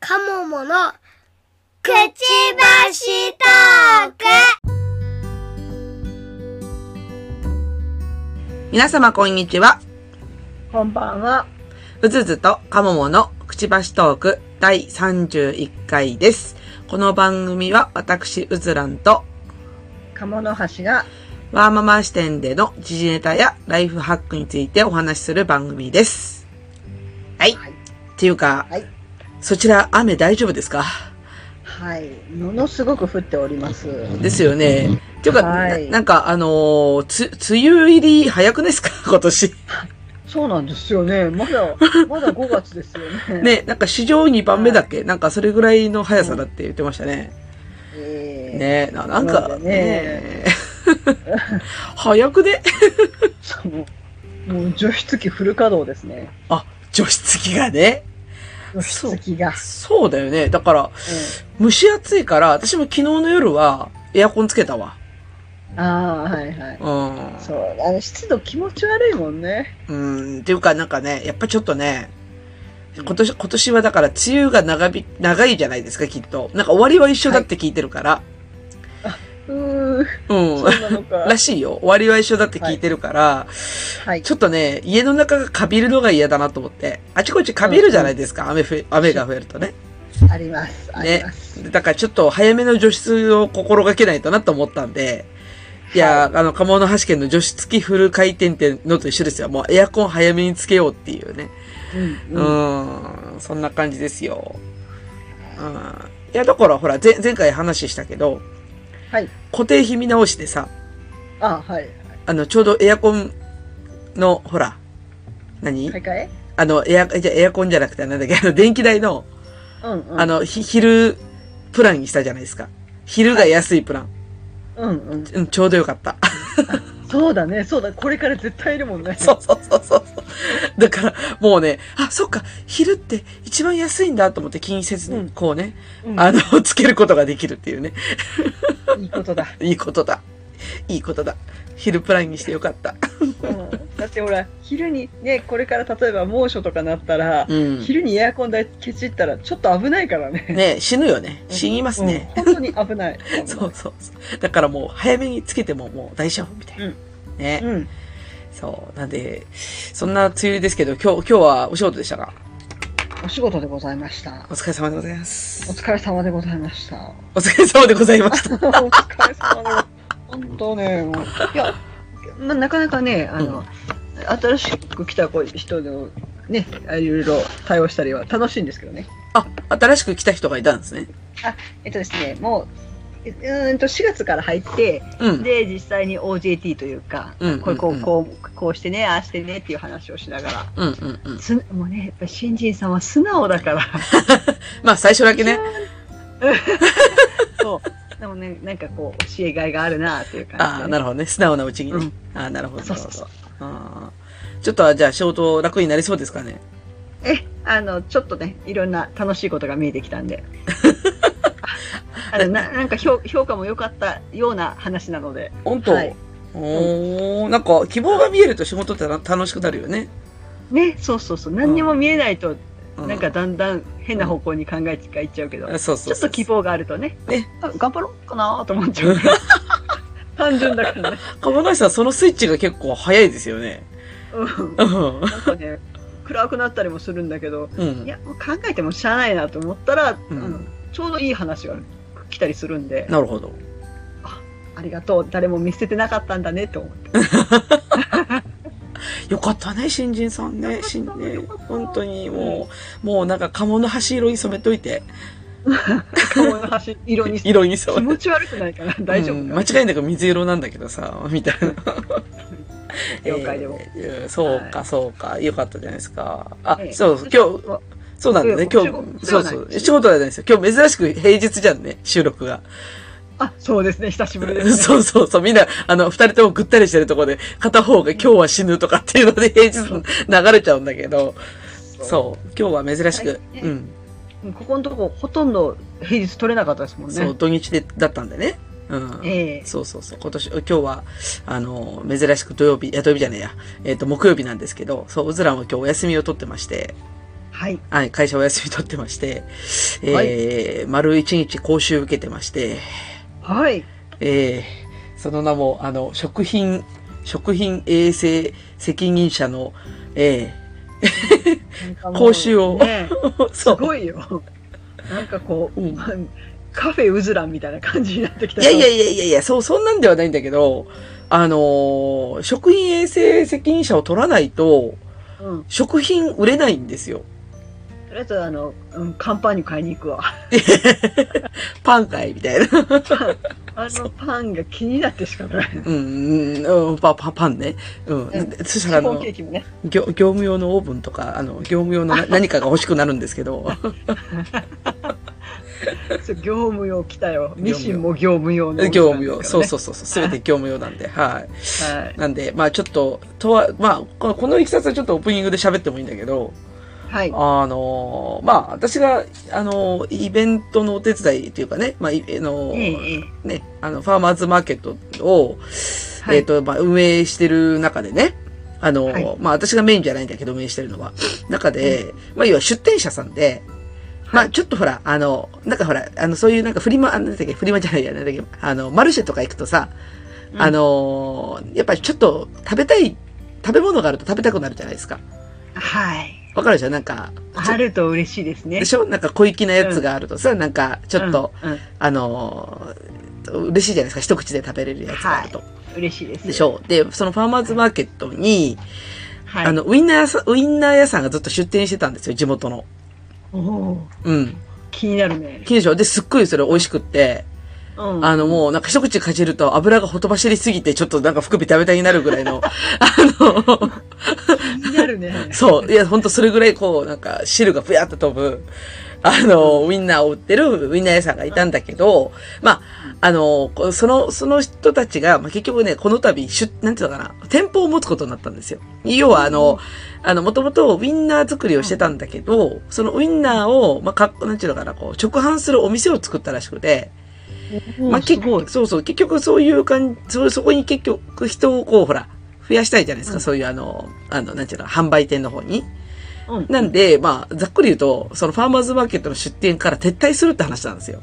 カモモのくちばしトーク皆様こんにちは。こんばんは。うずずとかもものくちばしトーク第31回です。この番組は私、うずらんと鴨の橋がワーママ視点での時事ネタやライフハックについてお話しする番組です。はい。はいっていうか、はいそちら雨大丈夫ですかはい、ものすごく降っております。ですよね。っていうか、はいななんかあのーつ、梅雨入り早くないですか今年。そうなんですよね。まだまだ5月ですよね。ね、なんか史上2番目だっけ、なんかそれぐらいの速さだって言ってましたね。えねななんそうだか、ねね 早くね ーそうもう除湿機フル稼働ですね。あ、除湿機がね。除湿機が。そうだよね。だから、蒸し暑いから、私も昨日の夜はエアコンつけたわ。うんああ、はいはい。うん。そう、あの湿度気持ち悪いもんね。うん、っていうかなんかね、やっぱちょっとね、今年、今年はだから梅雨が長び、長いじゃないですか、きっと。なんか終わりは一緒だって聞いてるから。うー、そううなの か。ん。らしいよ。終わりは一緒だって聞いてるから、はい。ちょっとね、家の中がかびるのが嫌だなと思って。あちこちかびるじゃないですか、雨ふえ雨が増えるとね。あります。ありねます。だからちょっと早めの除湿を心がけないとなと思ったんで、いや、あの、鴨の橋県の除湿機フル回転ってのと一緒ですよ。もうエアコン早めにつけようっていうね。うんううん。ん、そんな感じですよ。うん。いや、だからほら、前前回話したけど、はい。固定費見直しでさ、あ、はい。あの、ちょうどエアコンの、ほら、何、買い替えあの、エア、じゃエアコンじゃなくて、なんだっけ、あの、電気代の、うんうん。あ、の、ひ昼プランにしたじゃないですか。昼が安いプラン。うんうん。うん、ちょうどよかった。そうだね、そうだ。これから絶対いるもんね。 そうそうそうそうそう。だから、もうね、あ、そっか、昼って一番安いんだと思って気にせずうんに、こうね、うんあの、 つけることができるっていうね。いいことだ。いいことだ。いいことだ。昼プランにしてよかった。うんだってほら、昼にね、これから例えば猛暑とかなったら、うん。昼にエアコン代ケチったらちょっと危ないからね。ね死ぬよね。死にますね。うん本当に危ない。そうそうそう。だからもう、早めにつけてももう大丈夫みたいな。うんね。うん。そう。なんで、そんな梅雨ですけど、今日、今日はお仕事でしたかお仕事でございました。お疲れ様でございまおす。疲れ様でございま した。お疲れ様でございました。お疲れ様でご本当ね、もう。いや、まあ、なかなかね、あの、うん新しく来た子人のね、いろいろ対応したりは楽しいんですけどね。あ、新しく来た人がいたんですね。えっとですね、もう、うーんと4月から入って、うん。で実際に OJT というか、うんうんうんこうこうこうこうしてねああしてねっていう話をしながらうんうんうん。すもうねやっぱり新人さんは素直だからまあ、最初だけね。 そうでもねなんかこう教えがいがあるなっていう感じああ、なるるほどね。素直なうちにね。うんああ、なるほど。そうそうそうあーちょっとは、じゃあ、仕事楽になりそうですかね。えあのちょっとねいろんな楽しいことが見えてきたんで あのななんか評評価も良かったような話なので本当、はいおー、なんか、希望が見えると仕事ってな楽しくなるよね。ねそうそうそう何にも見えないと、うなんか、だんだん変な方向に考えていっちゃうけど、あそうそうそうちょっと希望があるとね、ねあ頑張ろうかなと思っち ゃうから。単純だからね。鴨梨さん、そのスイッチが結構早いですよね。うん。うん。なんかね、暗くなったりもするんだけど、うんいや、もう考えてもしゃあないなと思ったら、うんあのちょうどいい話が来たりするんで、なるほど。ありがとう、誰も見捨ててなかったんだねって思って。よかったね、新人さんよね。かった新ねよかった本当にもう、もうなんか鴨の端色に染めといて。顔の端、色にして。色に気染め持ち悪くないかな大丈夫うんか間な、違いなく水色なんだけどさ、みたい な。了解でも。えーそうか、そうか。よかったじゃないですか。あ、ええそうそう、今日、そうなんだね。ええ今お日、仕事でそはうないそう。仕事じゃないですよ。今日珍しく平日じゃんね、収録が。あ、そうですね、久しぶりです、ね。 そうそうそう。みんな、あの、二人ともぐったりしてるところで、片方が今日は死ぬとかっていうので平日流れちゃうんだけど、そう。今日は珍しく、はいうん。うんここのとこ、ほとんど平日取れなかったですもんね。そう、土日で、だったんでね。うん。ええそうそうそう。今年、今日は、あの、珍しく土曜日、いや、土曜日じゃねえや。えっ、と、木曜日なんですけど、そう、うずらんは今日お休みを取ってまして、はい。はい、会社お休み取ってまして、えー丸一日講習受けてまして、はい。えーその名も、あの、食品、食品衛生責任者の、えなんかもう講習をね、ー すそう。ごいよ。なんかこう、うんカフェうずらんみたいな感じになってきたいやいやいやいやいや、そう、そんなんではないんだけど、あのー食品衛生責任者を取らないと、うん。と食品売れないんですよ。りあえず、あの、うん、カンパンに買いに行くわ。 パン買いみたいな。あのパンが気になってしかない。うん、うんうん、パパパンね。うん。うんでそしシたら、あフォのンケ、ーキもね。業業務用のオーブンとか、あの、業務用のな何かが欲しくなるんですけど、そう業務用来たよ。務用ミシンも業務用の、。業務用、そうそううそうそう、すべて業務用なんで、はい。はい。なんで、まあちょっと、とは、まあこの、このいきさつはちょっとオープニングで喋ってもいいんだけど、はい。あのー、まあ私が、あのー、イベントのお手伝いというかね、まあ、いあのー、ええええね、あの、ファーマーズマーケットを、はいえっ、と、まあ、運営してる中でね、あの、はいまあ、私がメインじゃないんだけど、運営してるのは。中で、まあ、要は出店者さんで、まはあ、ちょっとほら、あの、なんかほら、あの、そういうなんかフリマ、あなんだっけ、フリマじゃないや、なんだっけ、あの、マルシェとか行くとさ、うんあの、やっぱりちょっと食べたい、食べ物があると食べたくなるじゃないですか。はい。わかるでしょなんか、あると嬉しいですね。でしょなんか小粋なやつがあるとさ、なんか、ちょっと、うん、うんあのー、嬉しいじゃないですか。一口で食べれるやつがあると。嬉しいです。でしょう。で、そのファーマーズマーケットに、はい。あの、ウインナー屋さん、ウインナー屋さんがずっと出店してたんですよ、地元の。おお、うん。気になるね。近所で、すっごいそれ美味しくって、うん。あの、もうなんか一口かじると油がほとばしりすぎて、ちょっとなんか腹部食べたになるぐらい の、あの、気に なるね。そう。いや、ほんとそれぐらいこう、なんか汁がふやっと飛ぶ、あの、ウインナーを売ってるウインナー屋さんがいたんだけど、まあ、あの、こうその、その人たちが、まあ、結局ね、この度、出、なんていうのかな、店舗を持つことになったんですよ。要は、あの、あの、もともとウインナー作りをしてたんだけど、そのウインナーを、まあ、かっこなんていうのかな、こう、直販するお店を作ったらしくて、おーまあ、す結ごい構、。そうそう、結局そういう感じ、そうそこに結局人をこう、ほら、増やしたいじゃないですか、うんそういうあの、あの、なんていうの、販売店の方に。うんなんで、まあ、ざっくり言うと、そのファーマーズマーケットの出店から撤退するって話なんですよ。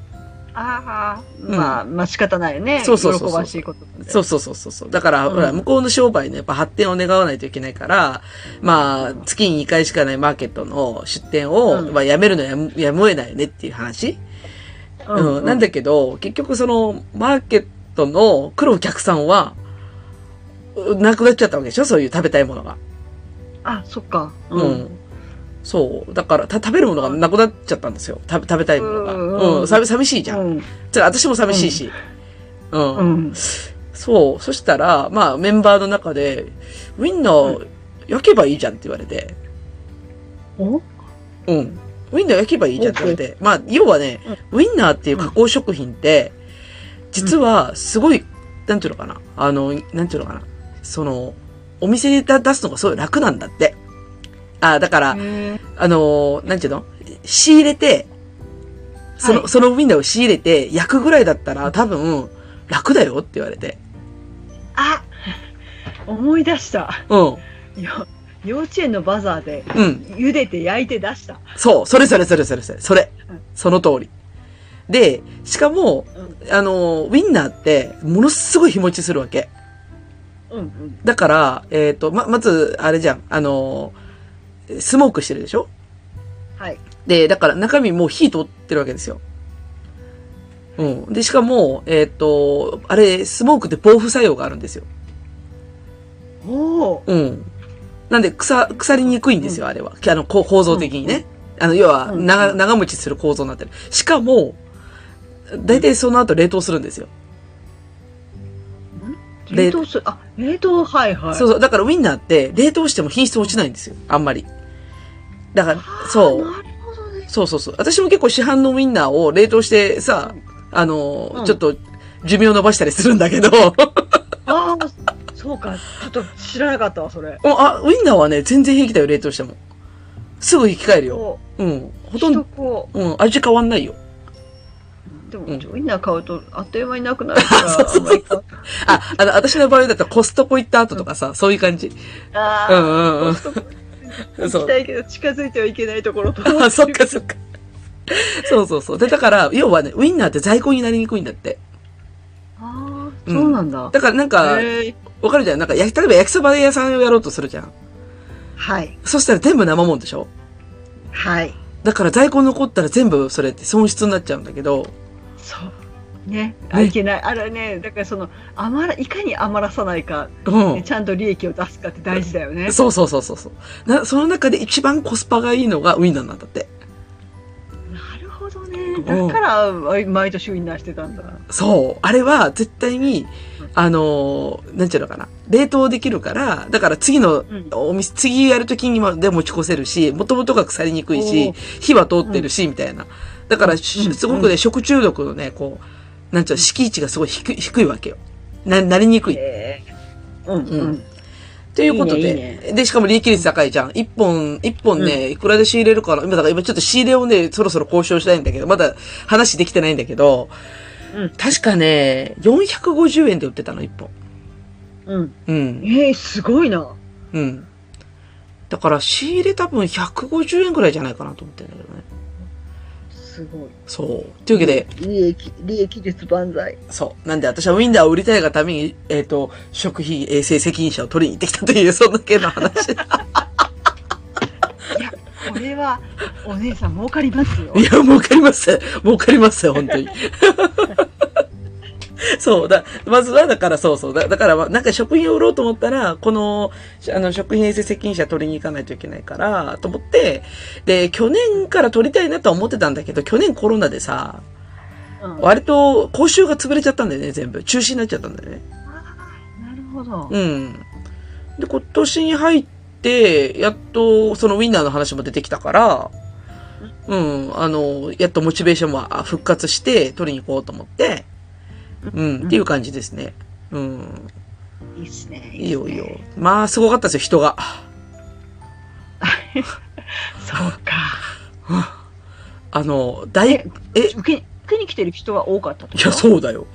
ああ、んまあ、まあ仕方ないよね。そうそうそうそう喜ばしいことなんでそうそうそうそうそう。だから、うんほら、向こうの商売のやっぱ発展を願わないといけないから、まあ、月に2回しかないマーケットの出店を、うんまあ、やめるのやむやむを得ないよねっていう話。ううん。なんだけど、結局その、マーケットの来るお客さんは、うなくなっちゃったわけでしょそういう食べたいものが。あ、そっか。うん。。そう。だからた、食べるものがなくなっちゃったんですよ。食べ食べたいものが。うんうんうんうん。寂寂しいじゃんう。ん。それ私も寂しいし。うん。うん。そう。そしたら、まあメンバーの中で、ウィンナー焼けばいいじゃんって言われて。おうん。ウィンナー焼けばいいじゃんって言われて。まあ、要はね、ウィンナーっていう加工食品って、実はすごい、なんていうのかな。あの、なんていうのかな。その、お店で出出すのがすごい楽なんだって。あだから、へあのーなんていうの仕入れて、その、はいそのウィンナーを仕入れて焼くぐらいだったら多分楽だよって言われて。ーあ、思い出した。うん。よ幼稚園のバザーで、うん。茹でて焼いて出した。そう。それそれそれそれそれ。それうん。その通り。で、しかも、あのー、ウィンナーって、ものすごい日持ちするわけ。うんうん。だから、えっ、と、ま、まず、あれじゃん、あのー、スモークしてるでしょはい。で、だから中身もう火通ってるわけですよ。うん。で、しかも、えっ、と、あれ、スモークって防腐作用があるんですよ。おお。うん。なんで、腐、腐りにくいんですよ、あれは。あの、こう構造的にね。あの、要は、うん長、長持ちする構造になってる。しかも、大体その後冷凍するんですよ。で冷凍する。あ、冷凍、はいはい。そうそう。だからウィンナーって、冷凍しても品質落ちないんですよ。あんまり。だからあ、ーそう。なるほどね。そうそうそう。私も結構市販のウィンナーを冷凍してさ、あのー、うんちょっと、寿命伸ばしたりするんだけ ど、ああ、そうか。ちょっと知らなかったわ、それ。おあ、ウィンナーはね、全然平気だよ、冷凍しても。すぐ生き返るよ。こうん。うほとんど、こうん、味変わんないよ。う。でも、うんウインナー買うと、あっという間になくなるか ら。そうそうそうそう。あ、あの、私の場合だったらコストコ行った後とかさ、そういう感じ。あうあ。んうんうん。コストコ行そきうた。いけど近づいてはいけないとこ ろと。あ、そっかそっか。そうそうそう。で、だから、要はね、ウインナーって在庫になりにくいんだって。ああ、そうなんだ。だからなんか、へえわかるじゃん。なんか、焼き例えば焼きそば屋さんをやろうとするじゃん。はい。そしたら全部生もんでしょはい。だから在庫残ったら全部それって損失になっちゃうんだけど、そう。ね。あ、ねいけない。あれね、だからその、余ら、いかに余らさないか、うんね。ちゃんと利益を出すかって大事だよね。そうそうそうそうそう。な、その中で一番コスパがいいのがウィンナーなんだって。なるほどね。だから、あ毎年ウインナーしてたんだ。そう。あれは絶対に、あのーなんちゅうのかな。冷凍できるから、だから次のうんお店、次やるときにまで持ち越せるし、もともとが腐りにくいおし、火は通ってるし、みたいな。だから、しすごくね、食中毒のね、こう、なんちゅうの、敷地がすごい低い、低いわけよ。な、なりにくい。へえうんううんん。ということで、いいねで、しかも利益率高いじゃん。一本、一本ね、いくらで仕入れるから、今だから今ちょっと仕入れをね、そろそろ交渉したいんだけど、まだ話できてないんだけど、うん確かね、450円で売ってたの、一本。うん。うん。ええすごいな。うん。だから仕入れ多分150円ぐらいじゃないかなと思ってんだけどね。すごい。そう。というわけで、利益、利益率万 歳。そう。なんで私はウィンダーを売りたいがために、えっ、と、食費衛生 責任者を取りに行ってきたという、そんだけの話。これは、お姉さん儲かりますよい。や、儲かります。儲かりますよ、本当に。そうだ、まずは、だからそうそう。だだから、なんか食品を売ろうと思ったら、この、あの、食品衛生責任者取りに行かないといけないから、と思って、で、去年から取りたいなとは思ってたんだけど、去年コロナでさ、うん割と、講習が潰れちゃったんだよね、全部。中止になっちゃったんだよね。なるほど。うん。で、今年に入って、やっと、そのウィンナーの話も出てきたから、うん、あの、やっとモチベーションもあ復活して、取りに行こうと思って、うん、っていう感じですね。うん、いいっすね。いいっすよいねいよ。。まあ、すごかったですよ、人が。そうか。あの、大、ええ、い受けに、受けに来てる人は多かったとや、う。そうだよ。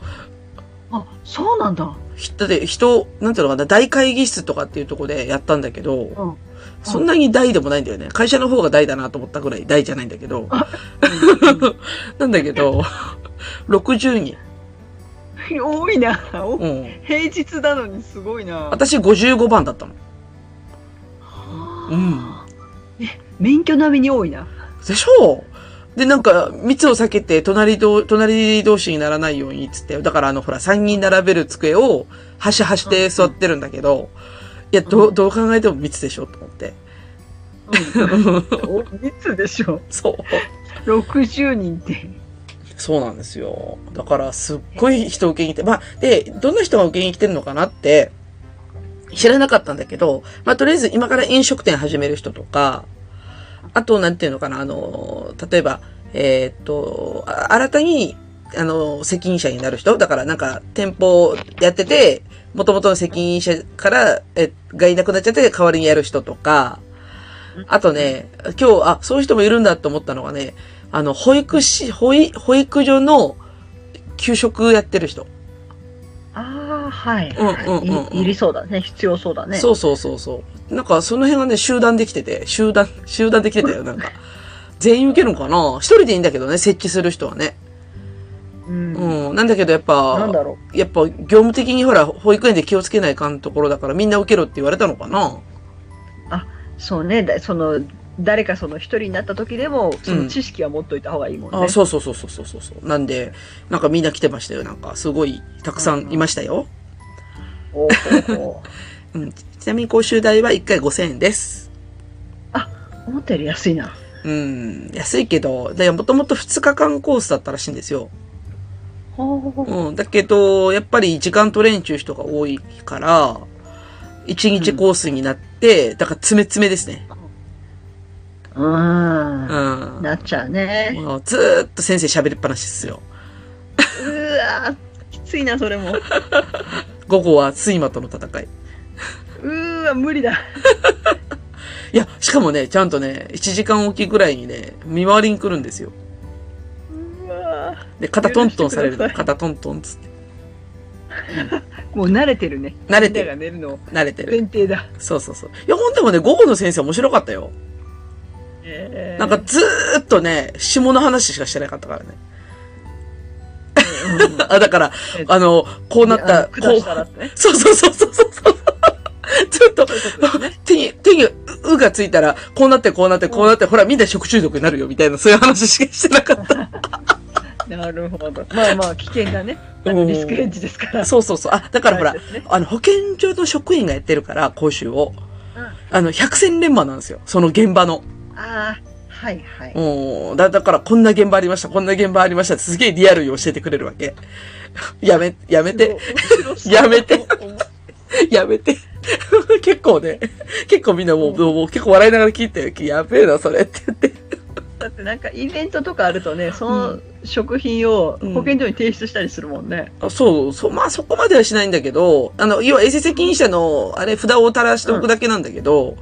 あ、そうなんだ。 ひだって人、なんていうのかな、大会議室とかっていうところでやったんだけど、うん。うんそんなに大でもないんだよね。会社の方が大だなと思ったぐらい大じゃないんだけど。 なんだけど、60人。多いな。 おうん。平日なのにすごいな。私55番だったの。うん。免許並みに多いな。でしょうで、なんか、密を避けて、隣同、隣同士にならないように、つって。だから、あの、ほら、3人並べる机を、端端で座ってるんだけど、いや、どう、どう考えても密でしょ、と思って。 お密でしょ。そう。 60人って。そうなんですよ。だから、すっごい人受けに来て、まあ、で、どんな人が受けに来てるのかなって、知らなかったんだけど、まあ、とりあえず今から飲食店始める人とか、あと、なんていうのかな、あの、例えば、えーっと、あ新たに、あの、責任者になる人だから、なんか、店舗やってて、元々の責任者から、え、がいなくなっちゃって、代わりにやる人とか、あとね、今日、あ、そういう人もいるんだと思ったのがね、あの、保育士、保育、保育所の給食やってる人。ああ、はい。うんうんうんうんいいりそうだね。必要そうだね。そうそうそうそう。なんか、その辺がね、集団できてて、集団、集団できてたよ、 なんか。全員受けるのかな一人でいいんだけどね、設置する人はね。ううん。うん。なんだけど、やっぱ、なんだろやっぱ、業務的にほら、保育園で気をつけないかんところだから、みんな受けろって言われたのかなう。そうね。だその、誰かその一人になった時でも、その知識は持っといた方がいいもんね。あ、そうそうそうそうそうそうそう。なんで、なんかみんな来てましたよ、なんか。すごい、たくさんいましたよ。おーおーおーうん。ちなみに、講習代は1回5000円です。思ったより安いな。うん、安いけど、で、もともと2日間コースだったらしいんですよ。ほうほうほううん、だけど、やっぱり時間トレイン中人が多いから、1日コースになって、だから詰め詰めですね。うー。うんん。なっちゃうね。もうずーっと先生喋りっぱなしですよ。うわーきついな、それも。午後は睡魔との戦い。うーわ、無理だ。いや、しかもね、ちゃんとね、1時間おきぐらいにね、見回りに来るんですよ。うわで、肩トントンされる許の。してくださ肩いトントンつって。もう慣れてるね。慣れてるみんなが寝るの慣れて前る。提だ。そうそうそう。いや、ほんでもね、午後の先生面白かったよ。えーなんかずーっとね、下の話しかしてなかったからね。うんあ、だから、えあの、こうなった、いやあのこ下したらってねう、そうそうそうそうそうそう。 ずっと、そういうことですね。 手に、手に、う、うがついたら、こうなって、こうなって、こうなって、ほら、みんな食中毒になるよ、みたいな、そういう話しかしてなかっなるほど。まあまあ、危険だね。あのうんリスクヘッジです から。た。そうそうそう。あ、だからほら大事ですね、あの、保健所の職員がやってるから、講習を。うんあの、百戦錬磨なんですよ。その現場の。ああ、はいはい。うん。だ、だから、こんな現場ありました、こんな現場ありましたってすげえリアルに教えてくれるわけ。やめ、やめて。すごいやめて。 やめて。結構ね、結構みんなもう、もう結構笑いながら聞いて、やべえな、それって言って。だってなんかイベントとかあるとね、そうの食品をうん保健所に提出したりするもんね。あそう、そう、まあそこまではしないんだけど、あの、要は衛生責任者の、あれ、札を垂らしておくだけなんだけど、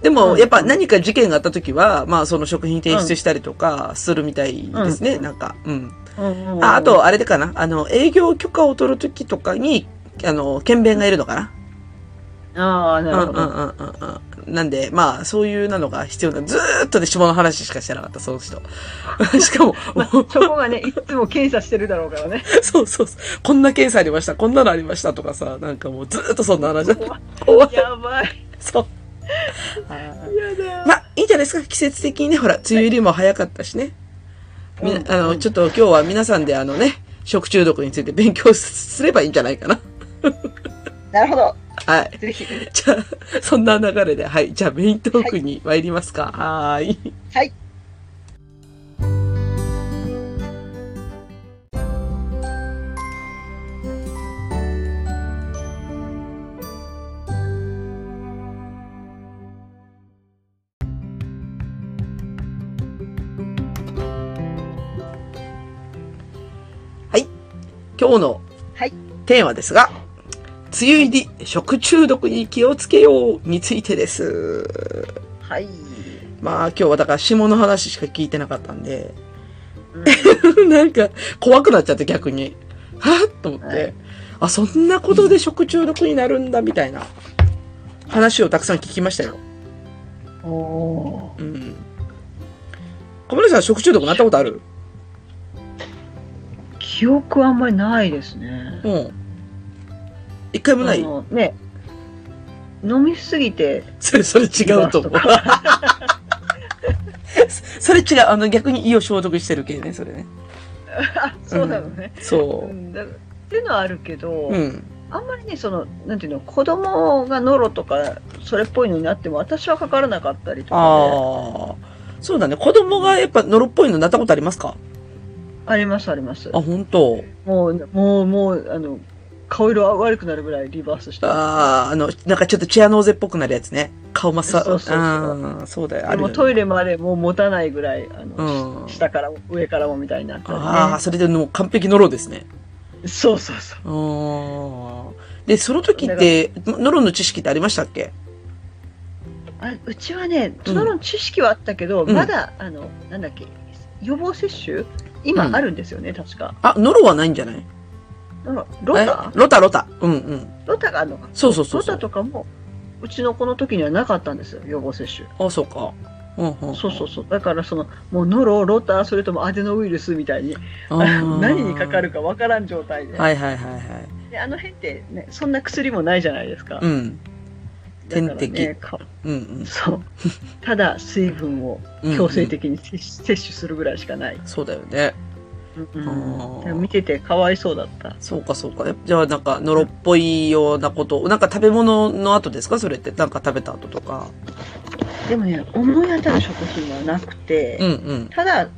でも、うんやっぱ何か事件があった時は、まあその食品提出したりとかするみたいですね、うんなんか。うん。うんああと、あれでかな、あの、営業許可を取る時とかに、あの、検便がいるのかな。ああ、なるほうんうど。んうんうんうん。なんで、まあ、そういうなのが必要な。ずーっとね、下の話しかしてなかった、その 人。しかも、まあ、そこがね、いつも検査してるだろうからね。そうそうそう。こんな検査ありました、こんなのありましたとかさ、なんかもうずーっとそんな話だった。怖い。やばい。そう。やだ。まあ、いいんじゃないですか季節的にね、ほら、梅雨入りも早かったしね。みうんな、あの、ちょっと今日は皆さんであのね、食中毒について勉強すすればいいんじゃないかな。なるほど。はい。ぜひ。 じゃあ、そんな流れで、はい。じゃあ、メイントークに参りますか。はーい。はい。今日のはいテーマですが、梅雨入り、食中毒に気をつけようについてです。はい。まあ、今日はだから、下の話しか聞いてなかったんで、 なんか、怖くなっちゃって逆に。はぁと思って、はいあ、そんなことで食中毒になるんだ、みたいな話をたくさん聞きましたよ。うん、おうん。小室さん、食中毒なったことあるー記憶あんまりないですね。うん。一回もない、あのね。飲みすぎて、それ、それ違うと思う。 それ違う。あの、逆に胃を消毒してる系ね、それね。あ、そうなのね。うそんだっていうのはあるけど、う。うん。あんまりね、その、なんていうの、子供がノロとか、それっぽいのになっても、私はかからなかったりとか、ね、ああ。そうだね。子供がやっぱ、ノロっぽいのなったことありますかあります、あります。あ、本当。もう、もう、もう、あの、顔色は悪くなるぐらいリバースしてああ、あの、なんかちょっとチアノーゼっぽくなるやつね。顔マッサそうそうそうあーそうだよ。あるでよもねトイレまでもう持たないぐらい、あの、うん下からも上からもみたいになったりね。ああ、それでもう完璧ノロですね。そうそうそう。あーで、その時って、ノロの知識ってありましたっけあうちはね、その知識はあったけど、うんまだ、あの、なんだっけ、予防接種今うんあるんですよね、確か。あ、ノロはないんじゃないあのロタえロタ、ロタ。うんうん。ロタがあるのか。そうそうそうそうロタとかも、うちの子の時にはなかったんですよ、予防接種。あ、そうか。うんうん、そうそうそう。だから、その、もうノロ、ロタ、それともアデノウイルスみたいに、あー 何にかかるかわからん状態で。はいはいはいはい。であの辺ってね、そんな薬もないじゃないですか。うん。だからね点滴かうんうん。そう。ただ、水分をうん強制的に摂取摂取するぐらいしかない。そうだよね。うんあーでも見ててかわいそうだった。そうかそうか。えじゃあなんか、ノロっぽいようなこと。なんか食べ物の後ですかそれって。なんか食べた後とか。でもね、思い当たる食品はなくて、うんうん。ただ、あの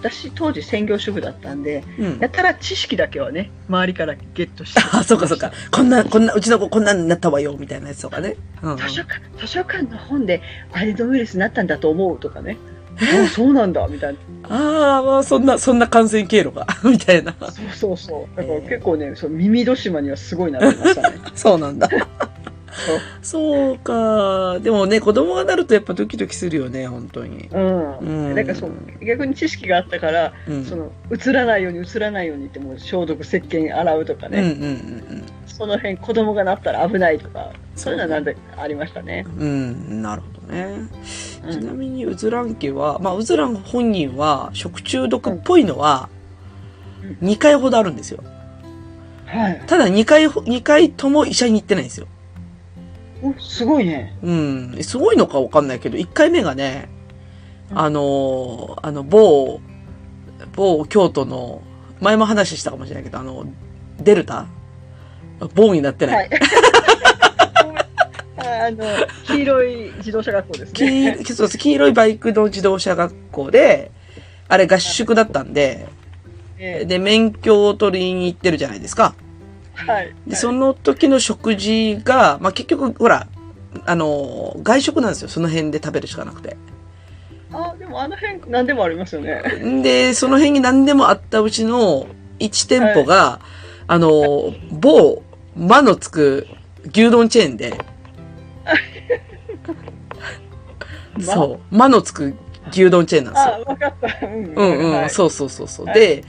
私当時専業主婦だったんで、うんや。たら知識だけはね、周りからゲット して。あ、そうかそうか。。こんな、こんな、うちの子こんなになったわよ、みたいなやつとかね。うんうん、図書館、図書館の本でアデノウイルスになったんだと思うとかね。おそうなんだみた いああ、まあ、そんな、そんな感染経路が、 みたいな。な。 そうそうそう。だから結構ね、その耳戸島にはすごいなってましたね。そうなんだ。そうか。でもね、子供がなるとやっぱドキドキするよね、本当に。う。うんん。なんかそう、逆に知識があったから、うん。その、映らないように映らないようにって、もう消毒、石鹸洗うとかうんうんね、その辺子供がなったら危ないとか、そういうのはなんでありましたね。うんうん。うん、なるほどね。うちなんみに、うずらん家は、まあ、うずらん本人は、食中毒っぽいのはうん、 2回ほどあるんですよ。はい。ただ2回ほ、2回とも医者に行ってないんですよ。おすごいね。うん、すごいのかわかんないけど、1回目がね、うんあのー、あの、某、某京都の、前も話したかもしれないけど、あの、デルタ某になってない。はい。 あの、黄色い自動車学校ですね。 黄そうです黄色いバイクの自動車学校で、あれ合宿だったんで、えで、免許を取りに行ってるじゃないですか。えはい。で、その時の食事が、まあ、結局、ほら、あのー、外食なんですよ。その辺で食べるしかなくて。あ、でもあの辺、何でもあります よね。で、その辺に何でもあったうちの1店舗が、あの、某、魔のつく牛丼チェーン で、そう、魔のつく牛丼チェーンなんですよ。あ、わかった。うんうんうん、はいそうそうそうそう。はいで、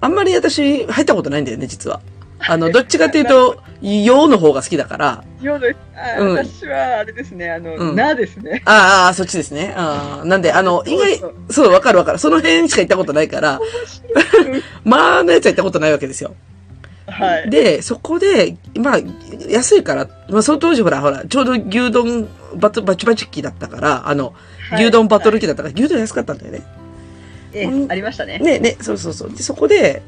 あんまり私入ったことないんだよね、実は。あ の、どっちかっていうと、洋の方が好きだから、ようです。あうん私はあれですね、あの、うんなです ね。あーあー、そっちですね。あーなんで、あの、意そ外う、そう、わかるわかる。その辺しか行ったことない から、まあのやつは行ったことないわけですよ。はい。で、そこで、まあ、安いから、まあ、その当時ほら、ほら、ちょうど牛丼バトバチバチ期だったから、あの、はい牛丼バトル期だったから、牛丼安かったんだよね。ええありましたね。ね、ね、そうそうそう。で、そこで、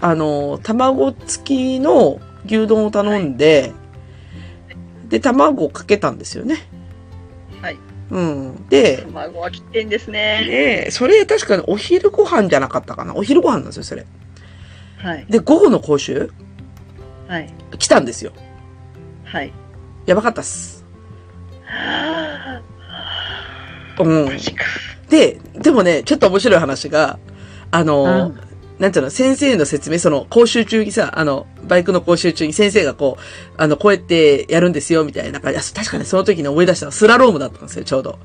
あの、卵付きの牛丼を頼んで、で、卵をかけたんですよね。はい。うん。で、卵は危険ですね。で、それ確かにお昼ご飯じゃなかったかな。お昼ご飯なんですよ、それ。はい。で、午後の講習はい。来たんですよ。はい。やばかったっす。はうんあ。確か。で、でもね、ちょっと面白い話が、あの、うんなんていうの、先生の説明、その、講習中にさ、あの、バイクの講習中に先生がこう、あの、こうやってやるんですよ、みたいな。なんかいや確かにその時に思い出したのはスラロームだったんですよ、ちょう ど。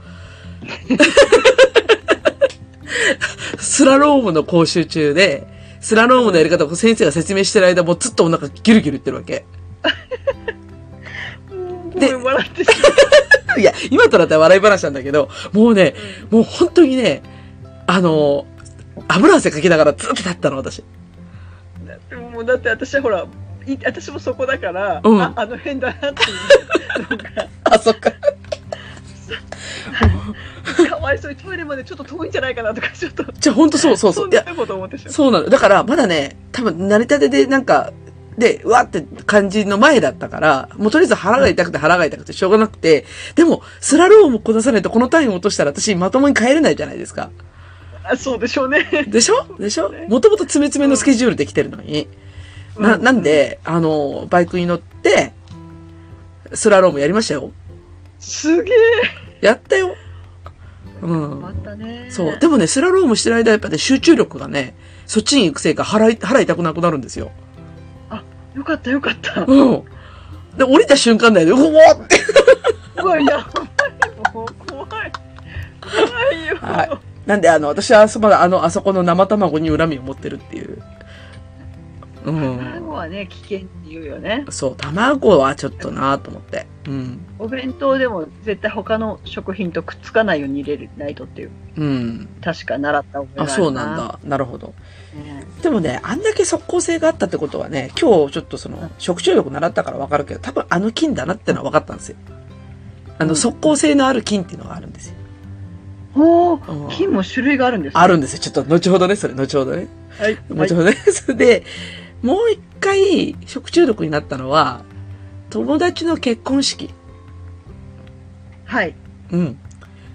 スラロームの講習中で、スラロームのやり方を先生が説明してる間、もうずっとお腹ギュルギュルいってるわけ。ごめん笑ってしまう。いや、今となったら笑い話なんだけど、もうね、もう本当にね、あの、油汗かきながらずっと立ったの、私。でももうだって私はほら、い私もそこだから、うんああの辺だなっていあ、そっか。う。かわいそうにトイレまでちょっと遠いんじゃないかなとか、ちょっと。じゃあ本当そうそうそう。いそんや、なこと思ってしまそうなの。だからまだね、多分慣れたてでなんか、で、うわって感じの前だったから、もうとりあえず腹が痛くて腹が痛くてしょうがなくて、でも、スラロームこなさないとこの単位を落としたら私まともに帰れないじゃないですか。う。あそうでしょうね。でしょでしょもともと詰め詰めのスケジュールできてるのに。な、なんで、あの、バイクに乗って、スラロームやりましたよ。すげえ。やったよ。うん。たねそう。でもね、スラロームしてる間、やっぱね、集中力がね、そっちに行くせいか腹い、腹痛くなくなるんですよ。よかったよかっうた。ん。で、降りた瞬間だよね、うわって。怖いやばいもう怖い怖いよ、はなんで、あの、私は、そまだ、あの、あそこの生卵に恨みを持ってるっていう。うん。卵はね危険って言うよねそう、卵はちょっとなと思って。うん。お弁当でも絶対他の食品とくっつかないように入れないとっていううん。確か習った覚えがあ、るそうなんだ。なるほど。ねでもね、あんだけ即効性があったってことはね、今日ちょっとその、食中毒習ったから分かるけど、多分あの菌だなってのは分かったんですよ。あうの、ん即効性のある菌っていうのがあるんですよ。おおうん菌も種類があるんですねあるんですよ。ちょっと、後ほどね、それ、後ほどね。はい後ほどね。 それで、もう一回、食中毒になったのは、友達の結婚式。はいうん。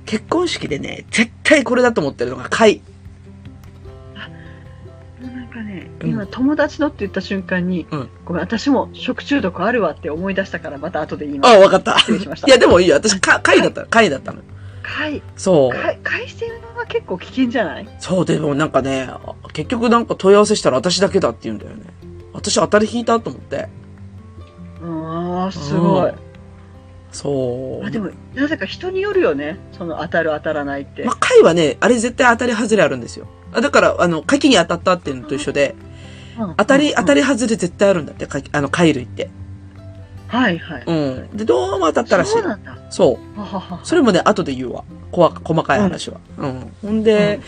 結婚式でね、絶対これだと思ってるのが貝。なんかね、うん今友達のって言った瞬間に、うんごめん私も食中毒あるわって思い出したからまた後で言いまあ、すわかった。失礼しましたいや、でもいいよ。私、か貝だった。貝だったの。海そう。海海鮮は結構危険じゃないそう、でもなんかね、結局なんか問い合わせしたら私だけだって言うんだよね。私当たり引いたと思って。ああすごいうんそう。あでも、なぜか人によるよね。その当たる当たらないって。まあ、貝はね、あれ絶対当たり外れあるんですよ。あだから、あの、牡蠣に当たったっていうのと一緒で、うん当たり、当たり。り外れ絶対あるんだって、貝あの、貝類って。はいはい。うん。で、どうも当たったらしいそう。なんだ。そう。はははそれもね、後で言うわ。こわ細かい話は。うん。ほんで、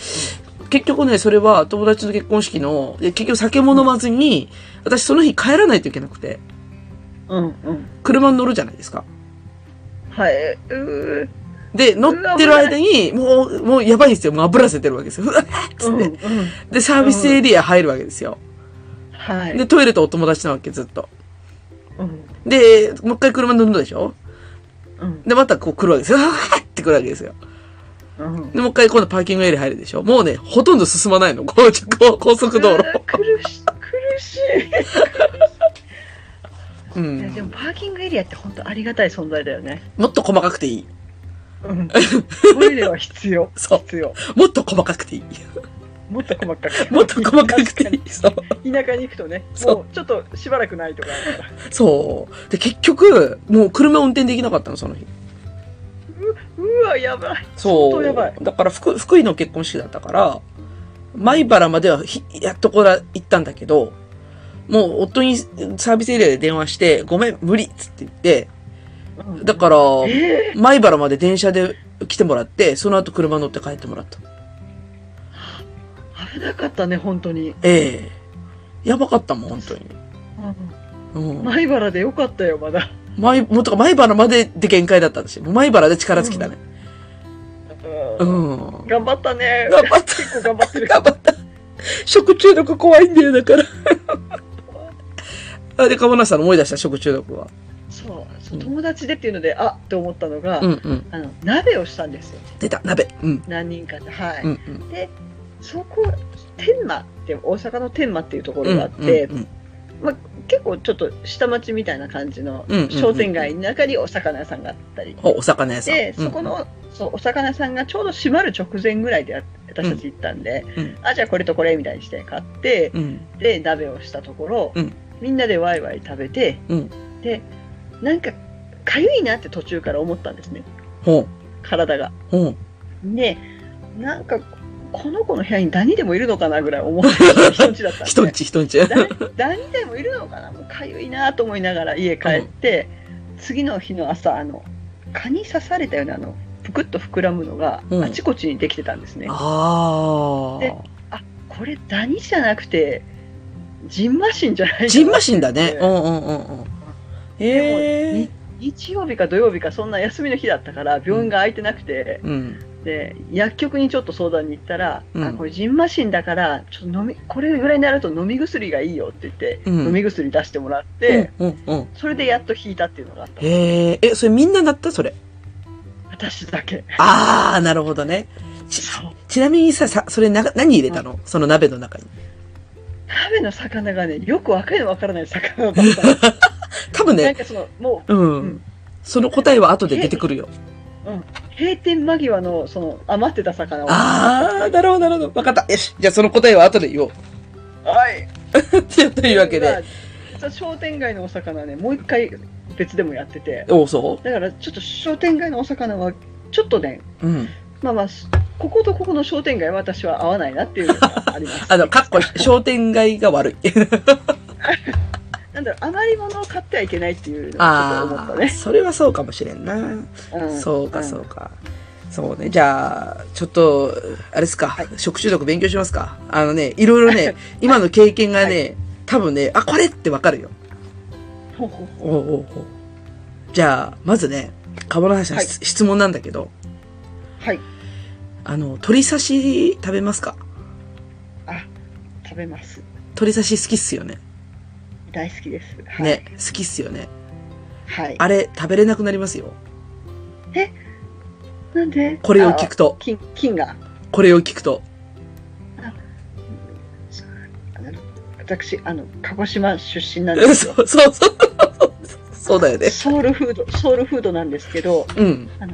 結局ね、それは友達の結婚式の、で結局酒も飲まずに、私その日帰らないといけなくて、うんうん。車に乗るじゃないですか。はい。うーで、乗ってる間に、もう、もうやばいんですよ。もうぶらせてるわけですよ。うわーっつうんっうて。ん。で、サービスエリア入るわけですよ。はい。で、トイレとお友達なわけ、ずっと。うんで、もう一回車乗るのでしょうんで、またこう来るわけですよ。うわーって来るわけですよ。うん。で、もう一回今度パーキングエリア入るでしょもうね、ほとんど進まないの。高高高速道路う。ー苦しい苦しい。ういやでん。もパーキングエリアって本当ありがたい存在だよね。もっと細かくていい。うん。トイレは必要。そう必要。もっと細かくていい。もっと細かく。もっと細かくていい。そう。い。田舎に行くとね、そうもうちょっとしばらくないとかあるから。そう。で、結局、もう車運転できなかったの、その日。うわ、やばい。そ相う。当やばい。だから福、福井の結婚式だったから、米原まではひ、やっとこら行ったんだけど、もう夫にサービスエリアで電話して、ごめん、無理っつって言って、うんだから、え米原まで電車で来てもらって、その後車乗って帰ってもらった。ー危なかったね、本当に。ええやばかったもん、本当に。うん。米原でよかったよ、まだ。前、もうとか前原までで限界だったんですよ。もう前原で力尽きたね。ううんん。頑頑張ったね。張った。結構頑張ってる。頑張った。食中毒怖いんだよ、だから。 あれ、かもなさんの思い出した、食中毒は。そうそう、友達でっていうので、あって思ったのが、うんうん。あの鍋をしたんですよ。出た、鍋。うん。何人かで。はい。うんうん。そこ、天満って、大阪の天満っていうところがあって、うんうん結構ちょっと下町みたいな感じのうんうんうん商店街の中にお魚屋さんがあったり、お、お魚屋さん。でそこうんのそうお魚屋さんがちょうど閉まる直前ぐらいで私たち行ったんで、うんうんあじゃあこれとこれみたいにして買って、うん。で鍋をしたところ、うんみんなでワイワイ食べて、うんでなんかかゆいなって途中から思ったんですねほう。体が。ほう。でなんかこの子の部屋にダニでもいるのかなぐらい思って人んちだったんで 人んち、人んち。だダニでもいるのかなもうかゆいなと思いながら家帰って、次の日の朝あの蚊に刺されたようなあのぷくっと膨らむのがうんあちこちにできてたんですね、あでこれダニじゃなくてジンマシンじゃないかあ。なジンマシンだね。ううんんうんうんうん。ええ。日曜日か土曜日かそんな休みの日だったから病院が空いてなくて、うん。で薬局にちょっと相談に行ったら、うんあこれジンマシンだからちょっと飲みこれぐらいになると飲み薬がいいよって言って、うん飲み薬出してもらって、うんうんうん。それでやっと引いたっていうのがあったへえ、え、それみんななったそれ。私だけああ、なるほどね。ち、そうちなみにさ、さ、それな、何入れたのその鍋の中に。鍋の魚がねよくわかるのわからない魚だったの多分なんね、かそのもうん。うんその答えは後で出てくるよ。う閉店間際のその余ってた魚をああ、なるほど、なるほど。わかった。よし。じゃあその答えは後で言おう。はいというわけで。実は商店街のお魚はねもう一回別でもやってておう、そだからちょっと商店街のお魚はちょっとねううん。まあまあこことここの商店街は私は合わないなっていうのがあります あの、かっこ、商店街が悪い。 なんだろう余り物を買ってはいけないっていうのをちょっと思あったあ、ね、それはそうかもしれんな。うんそうか、んそうか。そうね。じゃあ、ちょっと、あれですか、食中毒勉強しますか。あのね、いろいろね、今の経験がね、多分ね、あ、これってわかるよ。ほうほうおうおうおうじゃあ、まずね、かぼのはしさん、はい質問なんだけど、はいあの、鶏刺し食べますかあ食べます鶏刺し好きっすよね。大好きです、はい、ね、好きっすよね。はいあれ、食べれなくなりますよ。なんでこれを聞くとあ、金金がこれを聞くと。あの私あの鹿児島出身なんそうで すそようそうそう。 そうだよね。ソウルフードソウルフードなんですけどうん。あの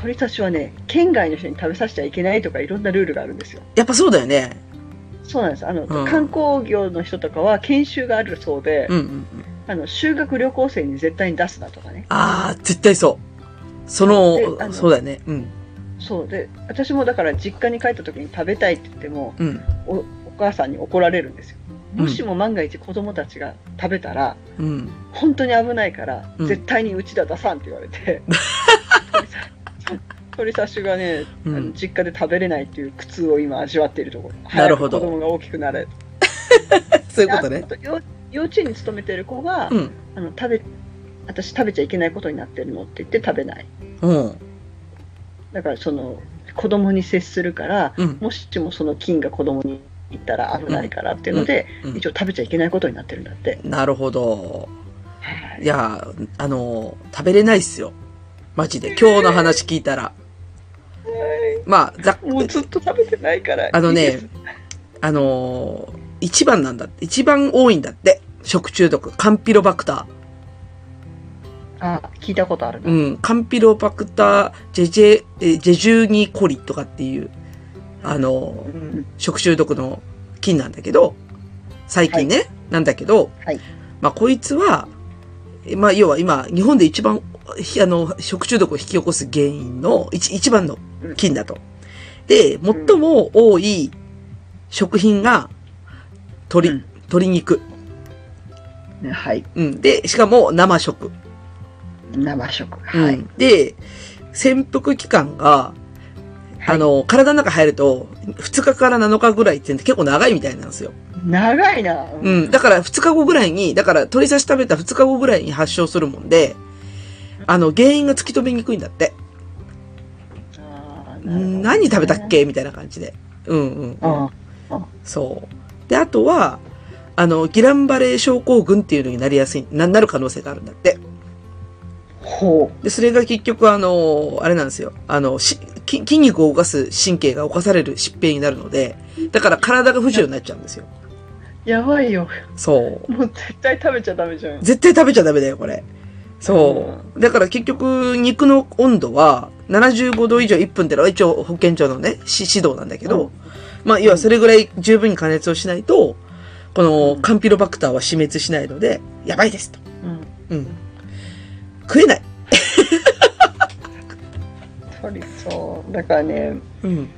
鳥刺しはね県外の人に食べさせちゃいけないとかいろんなルールがあるんですよやっぱそうだよね。そうなんですあの、うん観光業の人とかは研修があるそうで、うんうんうん。あの修学旅行生に絶対に出すなとかねああ、絶対そう。そであの、のそうだね。うん。そうで私もだから実家に帰った時に食べたいって言ってもうん。おお母さんに怒られるんですようんもしも万が一子供たちが食べたらうん。本当に危ないから、うん絶対にうちだ出さんって言われて鳥刺しがね、うんあの実家で食べれないっていう苦痛を今味わっているところなるほど早く子供が大きくなれそういうことねあ。と幼幼稚園に勤めてる子が、うん。あの食べ私食べちゃいけないことになってるのって言って食べないうん。だからその子供に接するからうん。もしもその菌が子供に行ったら危ないからっていうので、うんうん一応食べちゃいけないことになってるんだって、なるほど。はいいやー、あのー、食べれないっすよ。マジで。今日の話聞いたら。まあ、ざっもうずっと食べてないからあのいいねです、あのー、一番なんだって。一番多いんだって。食中毒。カンピロバクター。あ聞いたことあるな、うん、カンピロバクタージェジェ、えージェジュニコリとかっていう、あのう、ん食中毒の菌なんだけど、最近ね、なんだけど、はいまあこいつは、えまあ要は今、日本で一番、ひあの、食中毒を引き起こす原因の一一番の菌だと。で、最も多い食品が、鶏、うん鶏肉。ねはいうん。で、しかも生食。生食は、はいい。で、潜伏期間が、はいあの、体の中入ると、2日から7日ぐらいって結構長いみたいなんですよ。長いな、ううんん。だから2日後ぐらいに、だから鳥刺し食べた2日後ぐらいに発症するもんで、あの、原因が突き止めにくいんだって。あーなるほどねん何食べたっけみたいな感じで。うんうん。あそう。で、あとは、あの、ギランバレー症候群っていうのになりやすい、な、なる可能性があるんだって。ほで、それが結局、あの、あれなんですよ。あの、し筋筋肉を動かす神経が侵される疾病になるので、だから体が不自由になっちゃうんですよ。うやばいよそう。もう絶対食べちゃダメじゃん絶対食べちゃダメだよ、これ。そう。だから結局、肉の温度は75度以上1分ってのは一応保健所のね、し指導なんだけど、うんまあ、要はそれぐらい十分に加熱をしないと、こうのんカンピロバクターは死滅しないので、やばいですと。うんうん。食えない。鳥そうだからねうん。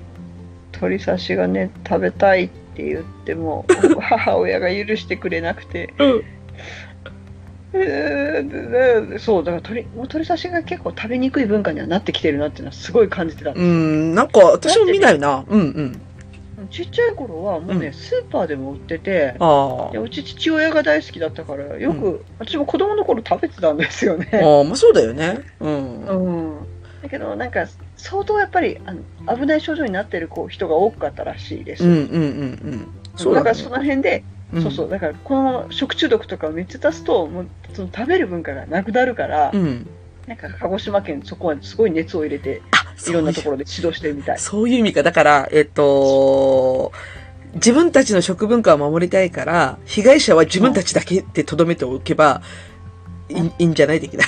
鳥刺しがね食べたいって言っ ても母親が許してくれなくて、うんえーででそうだから鳥もう鳥刺しが結構食べにくい文化にはなってきてるなっていうのはすごい感じてた、うん、なんか私も見ないな。うんうん。ちっちゃい頃はもうね、うんスーパーでも売っててああいや。うち父親が大好きだったからよく、私も子供の頃食べてたんですよね、ああ、まあそうだよね。うん。うあん、だけどなんか相当やっぱりあの危ない症状になってる子人が多かったらしいです、うんうんうんうん。そうだからねそ。の辺で、んそうそう。だからこのまま食中毒とかを3つ足すともうその食べる文化がなくなるから、うん。なんか鹿児島県そこはすごい熱を入れてあ、いろんなところ。ろで指導してるみたいそういう意味か。だから、えっと、自分たちの食文化を守りたいから、被害者は自分たちだけってとどめておけば、いいいいんじゃない的 な。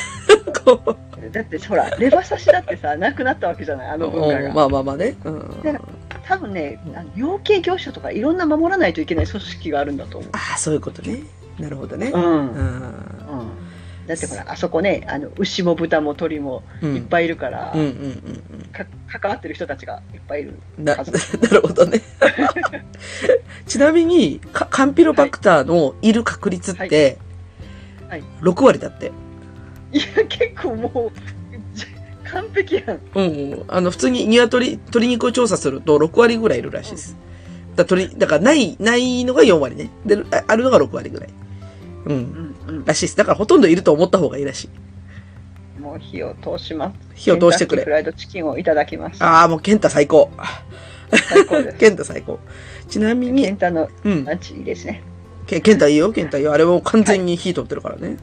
こうだってほらレバ刺しだってさなくなったわけじゃないあの文化うんが、まあまあまあね。うん。だから多分ねあの養鶏業者とかいろんな守らないといけない組織があるんだと思ああ、そういうことね。なるほどね。う、うんうん。うん、だってほらあそこねあの牛も豚も鶏もういっん。ぱいいるから、うんうんうんか関わってる人たちがいっぱいいるうん。 な、なるほどね。ちなみに、かカンピロバクターのいる確率って、はいはい6割だって。いや結構もうじ完璧やんうんうん。あの、普通に鶏、鶏肉を調査すると6割ぐらいいるらしいです。だから鶏、だからない、ないのが4割ね。で、ああるのが6割ぐらい。う。うんんうんらしいです。だからほとんどいると思った方がいいらしい。もう火を通します。火を通してくケンタッキーフれ。ライドチキンをいただきます。ああ、もうケンタ最高。最高 です。ケンタ最高。ちなみケにン、タのうん。ランチいいですね。ケケンタいいよ、ケンタいいよ。あれも完全に火通ってるからね。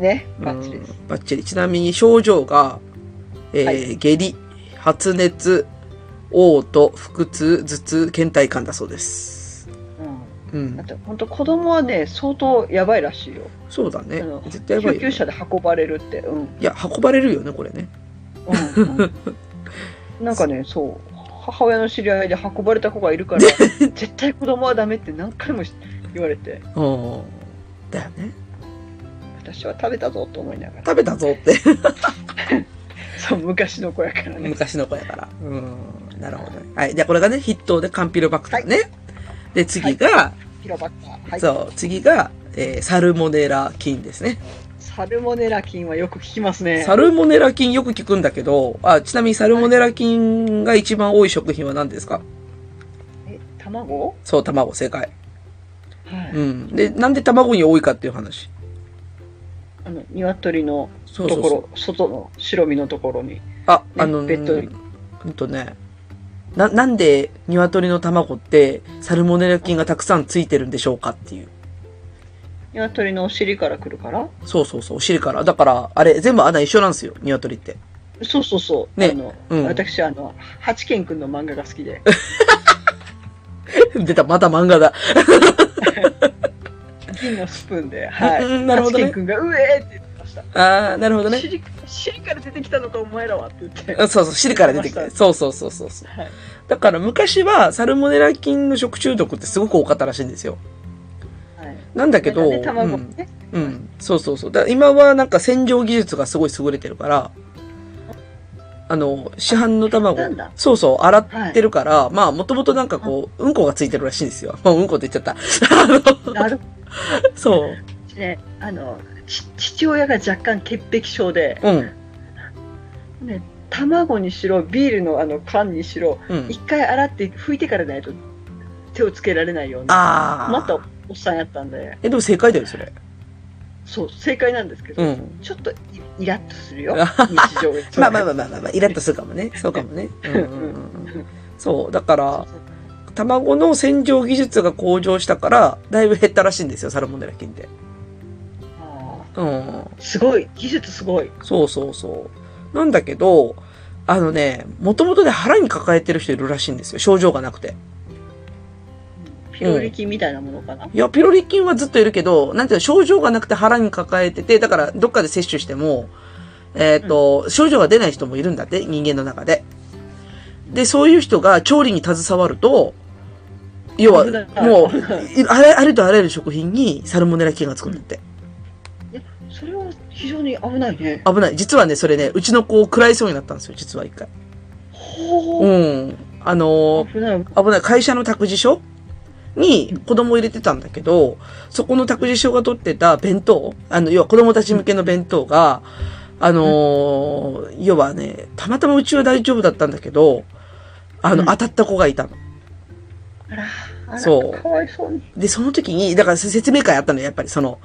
ね、うんバッチリです。バッチリ。ちなみに症状が、えーはい下痢、発熱、嘔吐、腹痛、頭痛、倦怠感だそうです。ううん。だんっ。て本当子供はね、相当やばいらしいよ。そうだねあの。絶対やばい救よ急ね。車で運ばれるって。うん。いや、運ばれるよね、これね。うん うん、なんかね、そう。母親の知り合いで運ばれた子がいるから、 絶対子供はダメって何回もし言われて、うん。だよね。私は食べたぞと思いながら。食べたぞって。そう、昔の子やからね。昔の子やから。うん。なるほどね。はい。じゃあこれがね、筆頭でカンピロバクターね。で、次が、ピロバッター。はい。そう、次が、えーサルモネラ菌ですね。サルモネラ菌はよく聞きますね。サルモネラ菌よく聞くんだけど、あ、ちなみにサルモネラ菌が一番多い食品は何ですかえ、卵そう、卵、正解。はい。うん。で、なんで卵に多いかっていう話。あの、鶏のそとうころ、そうそう。外の白身のところに。あ、あの、ベッドよりうんとね、な、なんで鶏の卵ってサルモネラ菌がたくさんついてるんでしょうかっていう。鶏のお尻から来るからそうそうそう、お尻から。だから、あれ、全部穴一緒なんですよ、鶏って。 そうそうそう。ねあの、うん私、あの、八軒くんの漫画が好 きで、出た、また漫画だ。銀のスプーンで、はい。うんうんなるほどね八軒くんが、うえーって言ってました。あー、なるほどね。尻尻から出てきたのかお前らはって言って。うんそうそう、汁から出てき出まて。しそうそうそうそうそう。はいだから昔はサルモネラ菌の食中毒ってすごく多かったらしいんですよ。はい。なんだけど、ね卵うもん、ね、うん、そうそうそう。だから今はなんか洗浄技術がすごい優れてるから、あの、市販の卵なんだ、そうそう、洗ってるから、まあ、もともとなんかこう、うんこがついてるらしいんですよ。もううんこって言っちゃった。 あのなるほそう。どね。あの、ち父親が若干潔癖症で、うん、ね、卵にしろ、ビールのあの缶にしろ、うん。一回洗って拭いてからないと手をつけられないような、あまたあ。おっさんやったんで、え、でも正解だよ、それ。そう、正解なんです けど、うん。ちょっとイイラッとする よ、あは日常でまあまあまあまあまあまあ、イラッとするかもね。そうかもね。うんうんうん うんそう、だから、卵の洗浄技術が向上したから、だいぶ減ったらしいんですよ、サルモネラ菌って。あうん。ーすごい、技術すごい。そうそうそう。なんだけど、あのね、もともとで腹に抱えてる人いるらしいんですよ。症状がなくて。ピロリ菌みたいなものかな。いや、ピロリ菌はずっといるけど、なんていうの、症状がなくて腹に抱えてて、だからどっかで摂取しても、えっ、と、症状が出ない人もいるんだって、人間の中で。で、そういう人が調理に携わると、要は危ない、もう、いあれ、あれとあらゆる食品にサルモネラ菌がつくんだって。それは非常に危ないね。危ない。実はね、それね、うちの子を食らいそうになったんですよ、実は一回。ほう、うん。あのー危ない。危ない会社の託児所に子供を入れてたんだけど、そこの託児所が取ってた弁当、あの、要は子供たち向けの弁当が、あのー要はね、たまたまうちは大丈夫だったんだけど、あの、うん当たった子がいたの。あら、あらそうかわいそうに。で、その時に、だから説明会あったのよ、やっぱりその、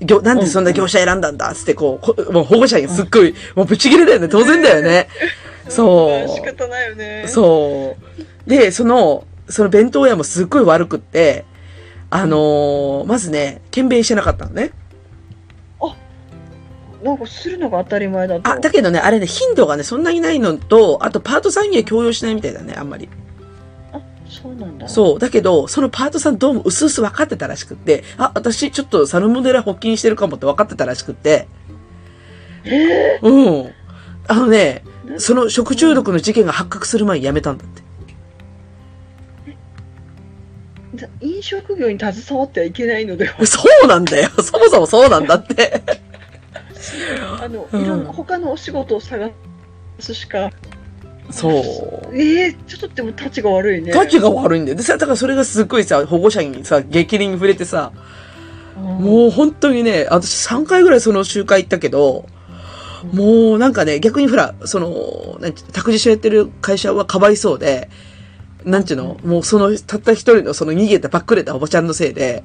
業なんでそんな業者選んだんだっつって、こうこ、もう保護者にすっごい、もうぶち切れだよね、当然だよね。そう。仕方ないよね。う。そう。で、その、その弁当屋もすっごい悪くって、あのーまずね、検便してなかったのね。なんかするのが当たり前だと。あ、だけどね、あれね、頻度がね、そんなにないのと、あとパートさんには強要しないみたいだね、あんまり。あそうなんだ。そう。だけど、そのパートさんどうも薄々分かってたらしくって、あ、私ちょっとサルモネラ補菌してるかもって分かってたらしくって、えうん。あのね、ーその食中毒の事件が発覚する前にやめたんだって。飲食業に携わってはいけないのではそうなんだよ。そもそもそうなんだって。あの、うんいろんな他のお仕事を探すしかそう。えー、ちょっとでも立ちが悪いねタキが悪いんだよ。でさ、だからそれがすっごいさ、保護者にさ、激励に触れてさ、ももう本当にね、私3回ぐらいその集会行ったけど、もうなんかね、逆にほら、その、なんち託児所やってる会社はかわいそうで、なんちゅうの、もうその、たった一人のその逃げたばっくれたおばちゃんのせいで、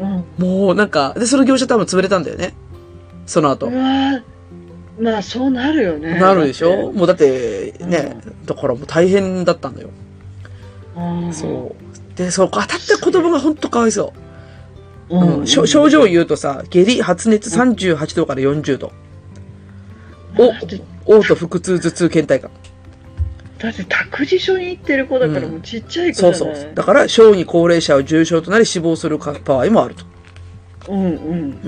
うん、うんもうなんか、で、その業者多分潰れたんだよね。その後う。わーまあそうなるよねなるでしょもうだって、ねう、だからもう大変だったんだよ。そそう。で、そう、当たった子供が本当かわいそう。うん、うんんしょ症状を言うとさ、下痢、発熱38度から40度。おだって嘔吐、腹痛、頭痛、倦怠感。だって託児所に行ってる子だからうんもうちっちゃい子じそゃうない、そう。だから、小児高齢者は重症となり死亡するか場合もあると。うんうんう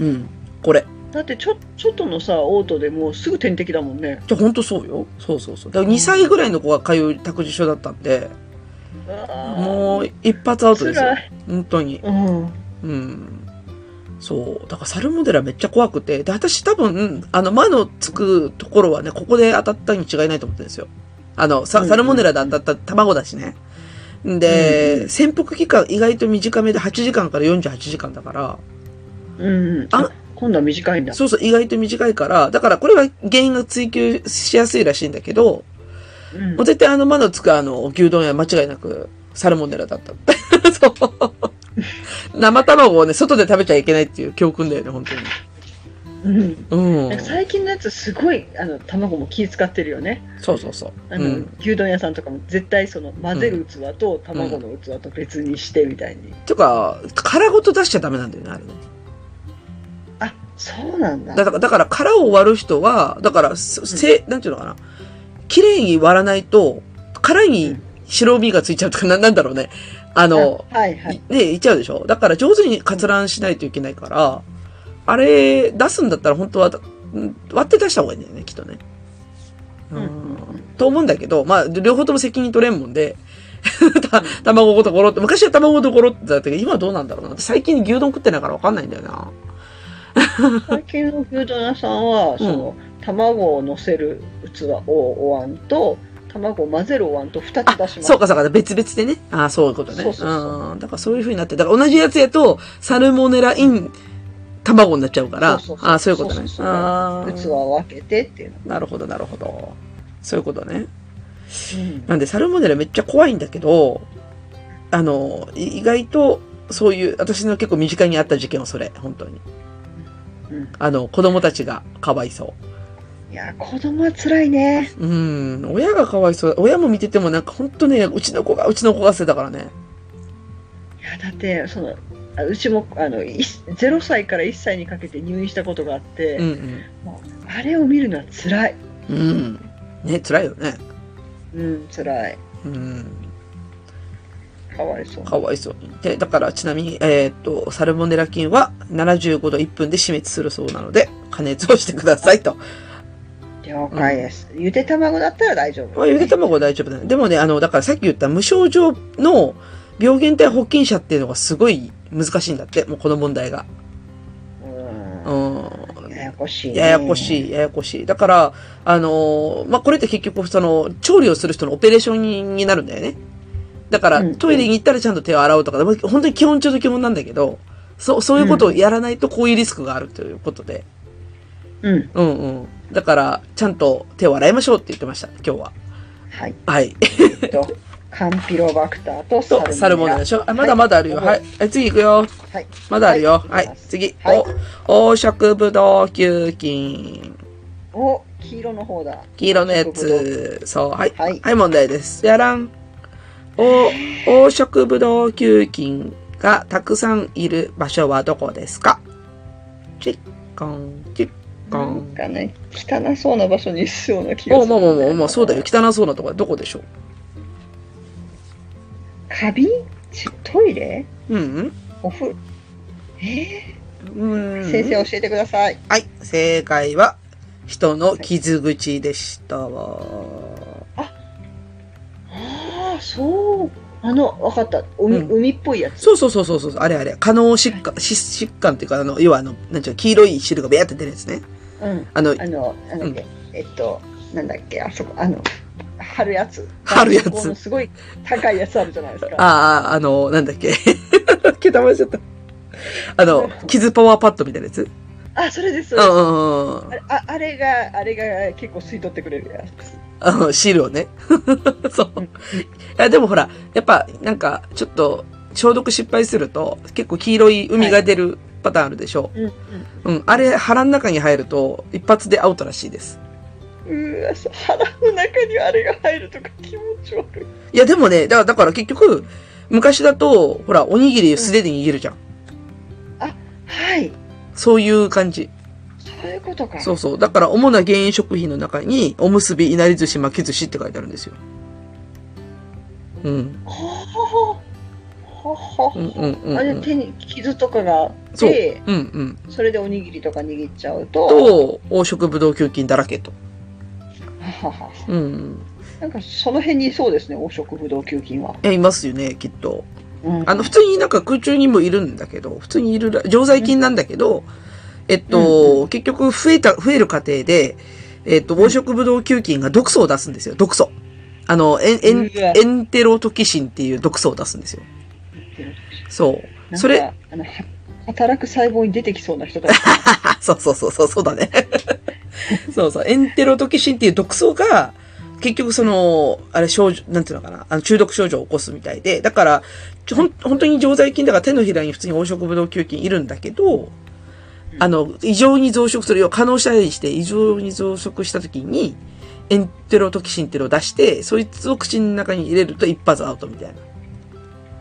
ん。これ。だってちょちょっとのさ嘔吐でもうすぐ点滴だもんねじゃ、ほんとそうよ。そうそうそう。だから2歳ぐらいの子が通う託児所だったんで、ももう一発アウトですよ辛。い本当に。うんうん。そう。だからサルモデラめっちゃ怖くて。で、私多分、あの、魔のつくところはね、ここで当たったに違いないと思ってるんですよ。あの、うんサうんサルモネラで当たった卵だしね。うんうで、潜伏期間意外と短めで8時間から48時間だから、うん。ああ、今度は短いんだ。そうそう意外と短いから、だからこれは原因が追求しやすいらしいんだけど、うんもう絶対あの魔のつくあの、牛丼屋間違いなく、サルモネラだったって。 そう。生卵をね、外で食べちゃいけないっていう教訓だよね、本当に。うん。うんなんか。最近のやつすごいあの卵も気使ってるよねそうそうそう。あの、うん。牛丼屋さんとかも絶対その混ぜる器と卵の器と別にしてみたいに、てか、殻ごと出しちゃダメなんだよね、あれね。あそうなんだだから、だから殻を割る人は、だから、せ、なんていうのかな。綺麗に割らないと、殻に白身がついちゃうとか、ななんだろうね。あの、あはいはいいね、いっちゃうでしょだから上手に割覧しないといけないから、あれ、出すんだったら本当は、うん割って出した方がいいんだよね、きっとね。ううんん。と思うんだけど、まあ、両方とも責任取れんもんで、 た卵ごとゴロって、昔は卵ごとゴロってだったけど、今はどうなんだろうな。最近牛丼食ってないからわかんないんだよな。最近の牛丼屋さんはその、卵を乗せる器をお椀と卵を混ぜるお椀と2つ出しますそうかそうか、別々でね。ああ、そういうことね。そうそうそん。だからそういう風になって、だから同じやつやと、サルモネライン卵になっちゃうから、そうそうそうああ、そういうことね。そうそうそうああ。器を分けてっていうの、なるほど、なるほど。そういうことね。うんなんで、サルモネラめっちゃ怖いんだけど、あの、い意外と、そういう、私の結構身近にあった事件はそれ、本当に。うんあの、子供たちがかわいそいや子供は辛いねう。うん、親がかわいそう。親も見ててもなんか本当ね、うちの子が、うちの子が捨てたからね。いやだってそのあうちもあのい0歳から1歳にかけて入院したことがあって、うんあれを見るのは辛いうん。うん。ね、辛いよね。うん辛いうん。かわいそうかわいそうに。で、だからちなみに、えーっと、サルモネラ菌は75度1分で死滅するそうなので、加熱をしてくださいと。了解です、ゆで卵だったら大丈夫、まあ、ゆで卵は大丈夫だね。でもね、あの、だからさっき言った無症状の病原体保菌者っていうのがすごい難しいんだって、もうこの問題が。う。うんんややこしい、ね、ややこしい、ややこしい。だから、あのーまあ、これって結局、その、調理をする人のオペレーションにになるんだよね。だから、うんトイレに行ったらちゃんと手を洗うとか、もう本当に基本中の基本なんだけど、そう、そういうことをやらないとこういうリスクがあるということで。うんうんうん。だから、ちゃんと手を洗いましょうって言ってました、今日は。はいはい。えっとカンピロバクターと、とササルルモネモネララでしょあ、まだまだあるよ。はい。え次行くよ。はいまだあるよ。ははいい。次。はいお、黄色ブドウ球菌。お黄色の方だ黄色のやつ。そう。はい。はいはい、問題です。やらん。お、黄色ブドウ球菌がたくさんいる場所はどこですかチッコン、チッコなンん。かね汚そうな場所にいそうな気がお、するもうもうもう、もう、そうだよ。汚そうなところどこでしょカビちトイレううん、お風呂えうん、ー、先生教えてくださいはい、正解は、人の傷口でしたわ。ああそうあのわかった海,、うん海っぽいやつそうそうそうそうそう、あれあれ、可能疾患、し疾患っていうか、あの、要はあの、なんちゅうの、黄色い汁がビャーって出るやつね。うんあの、あの、なんだっけ、えっと、なんだっけ、あそこ、あの、貼るやつ。貼るやつこのすごい高いやつあるじゃないですか。ああ、あの、なんだっけ。 毛玉しちゃった。あの、傷パワーパッドみたいなやつ。あ、それです。うんうんうんあれああれが、あれが結構吸い取ってくれるやつ。あの、シールをね。 そう。いや、でもほら、やっぱ、なんか、ちょっと、消毒失敗すると、結構黄色い海が出るパターンあるでしょ。うん、うん、あれ、腹の中に入ると、一発でアウトらしいです。うん。うわ、そう腹の中にあれが入るとか気持ち悪い。いや、でもね、だだから結局、昔だと、ほら、おにぎり素手で握るじゃん。はい。そういう感じ。そういうことか。そうそう。だから、主な原因食品の中に、おむすび、いなり寿司、巻き寿司って書いてあるんですよ。うん。ほほほ。ほうんほ。うんうん、あうれ、ん。手に傷とかがあっそう。て、うんうん。それでおにぎりとか握っちゃうと、と、黄色ブドウ球菌だらけと。はははうん。なんかその辺にいそうですね、黄色ブドウ球菌は。いや、いますよね、きっと。うんあの、普通になんか空中にもいるんだけど、普通にいるら、常在菌なんだけど、えっと、結局増えた、増える過程で、えっと、黄色ブドウ球菌が毒素を出すんですよ、毒素。あの、エン、エンうわエンテロトキシンっていう毒素を出すんですよ。そう。そなれ、んかあのは働く細胞に出てきそうな人たちあ、 そうそうそうそう、そうだね。 そうそう、エンテロトキシンっていう毒素が、結局その、あれ症状、なんていうのかな、あの中毒症状を起こすみたいで、だから、ちょほん、本当に常在菌だから手のひらに普通に黄色ブドウ球菌いるんだけど、あの、異常に増殖するよ、可能したりして異常に増殖した時に、エンテロトキシンっていうのを出して、そいつを口の中に入れると一発アウトみたいな。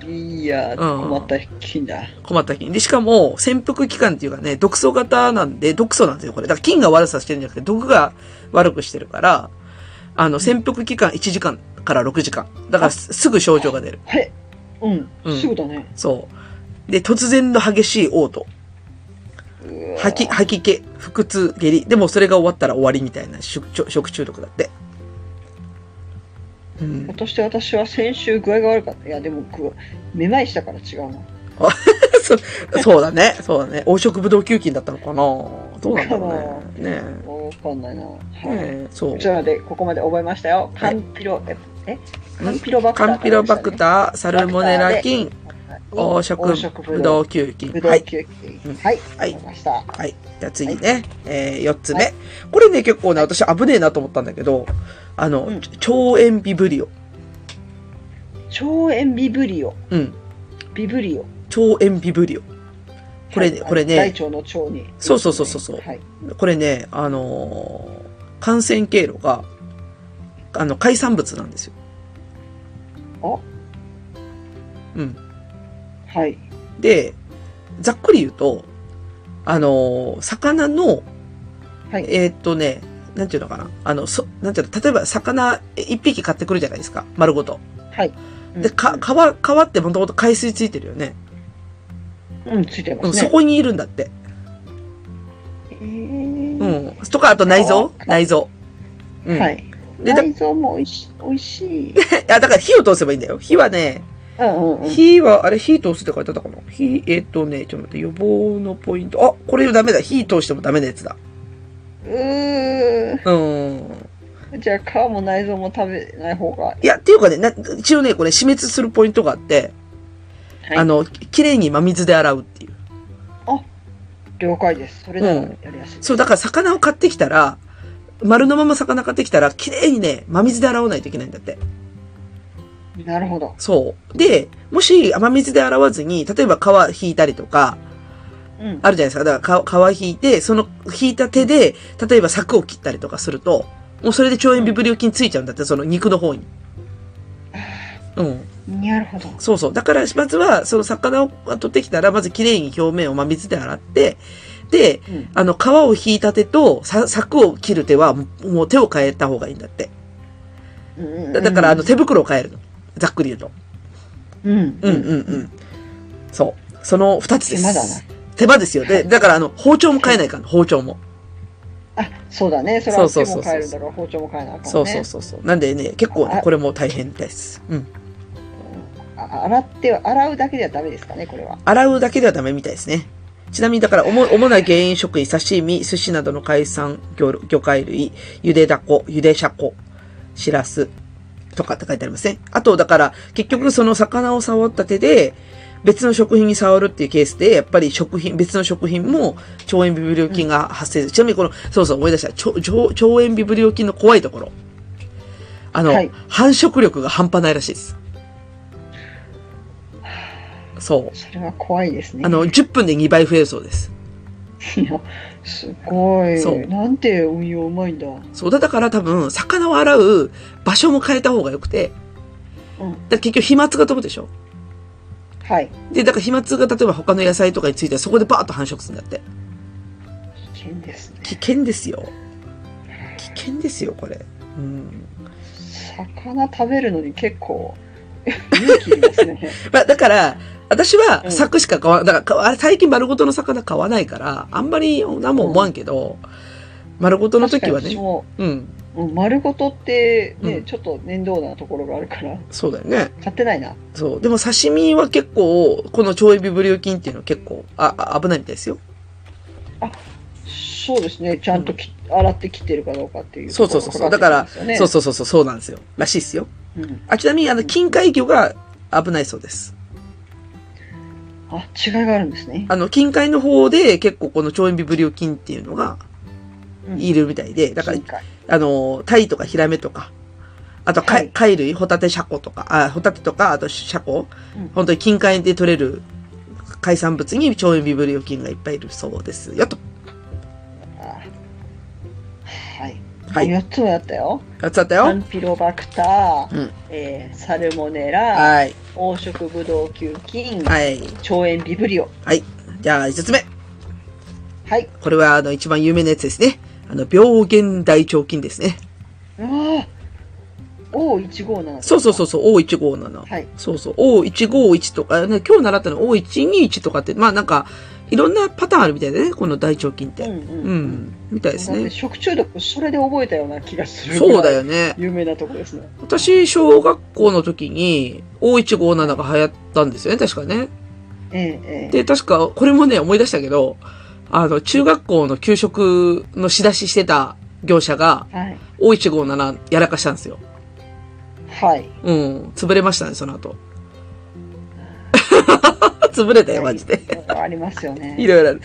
いやうん困った菌だ、困った菌。で、しかも、潜伏期間っていうかね、毒素型なんで、毒素なんですよ、これ。だから菌が悪さしてるんじゃなくて、毒が悪くしてるから、あの、潜伏期間1時間から6時間。だから、すすぐ症状が出る。はいうん、うんすぐだねそう。で、突然の激しい嘔吐。うわ吐き、吐き気、腹痛、下痢。でも、それが終わったら終わりみたいな食ちょ食中毒だって。うん。 そして私は先週具合が悪かったいやでも具合めまいしたから違うなそそうだね。そうだね。黄色ブドウ球菌だったのかなどうなんだろうね。ねわかんないな、え。はいねえ。そうこち。らでここまで覚えましたよカンピロ、ええカンピロバクターカンピロバクーター、サルモネラ菌、黄色ブドウ球菌。ブドはウい。球うん菌はい、はいわかりましたはい。じゃあ次ね、えー、4つ目。これね、結構ね、私危ねえなと思ったんだけど、あの、うん超炎ビブリオ。超炎ビブリオうん。ビブリオ超炎ビブリオ。これね、はいこれ大ね、腸の腸にそうそうそうそうそうはいこれね、あのー感染経路が、あの、海産物なんですよ。あうん。はいで、ざっくり言うと、あのー魚の、はいえーっとね、なんていうのかな。あの、そ、なんていうの、例えば魚え一匹買ってくるじゃないですか。丸ごと。はいで、か、皮、皮ってもともと海水ついてるよね。うんうんついてうまん、すそねこにいるんだって。う。うんとか、あと内臓内臓。うん。。はいいでだ内臓も美味し美味し いあ、だから火を通せばいいんだよ。火はね、うんうんうん火は、あれ、火通すって書いてあったかな火、えーっとね、ちょっと待って、予防のポイント。あ、これダメだ。火通してもダメなやつだ。ううん。ーんじゃあ皮も内臓も食べない方がいや、っていうかね、な一応ね、これ死滅するポイントがあって、はいあの、ききれいに真水で洗うっていう。了解ですそれならうんやりやすい、そう、だから魚を買ってきたら、丸のまま魚買ってきたら、きれいにね、真水で洗わないといけないんだって。なるほど、そう。で、もし、雨水で洗わずに、例えば皮引いたりとか、うん、あるじゃないですか。だから皮皮引いて、その引いた手で、例えば柵を切ったりとかすると、もうそれで腸炎ビブリオ菌ついちゃうんだって、その肉の方 に。うん。なるほどそうそう。だから、まずは、その魚を取ってきたら、まずきれいに表面を真水で洗って、で、うんあの、皮を引いた手と、さ柵を切る手は、もうもう手を変えた方がいいんだって。うんうんうんだだから、あの、手袋を変えるの。ざっくり言うと。うんうんうんうん。そう。その二つです。手間だな。手間ですよ。で、だから、あの、包丁も変えないから、包丁も。あそうだねそれはそ手うそうそうそうも変えるんだから包丁も変えなあかんねそうそうそうそう。なんでね、結構ねあ、これも大変です。うん。あ洗っては洗うだけではダメですかねこれは洗うだけではダメみたいですね。ちなみに、だから主、主な原因食品、刺身、寿司などの海産魚魚介類、ゆでだこ、ゆでしゃこ、しらすとかって書いてありますね。あと、だから、結局その魚を触った手で、別の食品に触るっていうケースで、やっぱり食品、別の食品も腸炎ビブリオ菌が発生する。ちなみにこの、そうそう思い出した腸、腸腸炎ビブリオ菌の怖いところ。あの、はい繁殖力が半端ないらしいです。そう。それは怖いですねあの、10分で2倍増えるそうです。 いやすごいそうなんて運用うまいんだ、そうだ、だから多分、魚を洗う場所も変えた方が良くて、うん、だから結局飛沫が飛ぶでしょはいで、だから飛沫が例えば他の野菜とかについてそこでバーッと繁殖するんだって。危険ですね危険ですよ。危険ですよ、これ。うん。魚食べるのに結構 勇気いりますねまあ、だから、私うはん柵しか買わだからかあれ最近丸ごとの魚買わないから、あんまり何も思わんけど、丸ごとの時は確かに私ね、もうん。うん丸ごとってね、うんちょっと面倒なところがあるからそうだよね。買ってないなそう。でも刺身は結構、この超エビブリュー菌っていうのは結構、あ、あ危ないみたいですよ。そうですねちゃんとき、洗って切ってるかどうかっていうそうそうそうそうところがかかってくるんですそうよそうそうそう、そうなんですよ。らしいですよ。ねあ、ちなみに、あの、近海魚が危ないそうです。うん、あ違いがあるんですねあの、近海の方で結構この超エビブリュー菌っていうのがうんいるみたいで、だから金、塊あの、タイとかヒラメとか、あと貝、はい貝類、ホタテ、シャコとか、あ、ホタテとか、あとシャコ、うん本当に近海で取れる海産物に超エビブリュー菌がいっぱいいるそうですよ、と。あはい、ははいい、4つもやったよやつだったアよン。ピロバクター、うんえーサルモネラはい。黄色ブドウ球菌、はい。腸炎ビブリオはい。じゃあ、一つ目。はいこれは、あの、一番有名なやつですね。あの、病原大腸菌ですね。うわー O157 そうそうそうそう、O157。はいそうそう、O151 とか、ね、今日習ったの O121 とかって、まあなんか、いろんなパターンあるみたいだね、この大腸菌って。うんう、うんん、みたいですだってね。食中毒それで覚えたような気がするそうだよね。有名なとこですね私、小学校の時に O157 が流行ったんですよね、確かね。ええええで、確か、これもね、思い出したけど、あの、中学校の給食の仕出ししてた業者が、はい、 O157 やらかしたんですよ。はい、うん、潰れましたね、その後。 潰れたよ、マジ で。ありますよいねろいろある。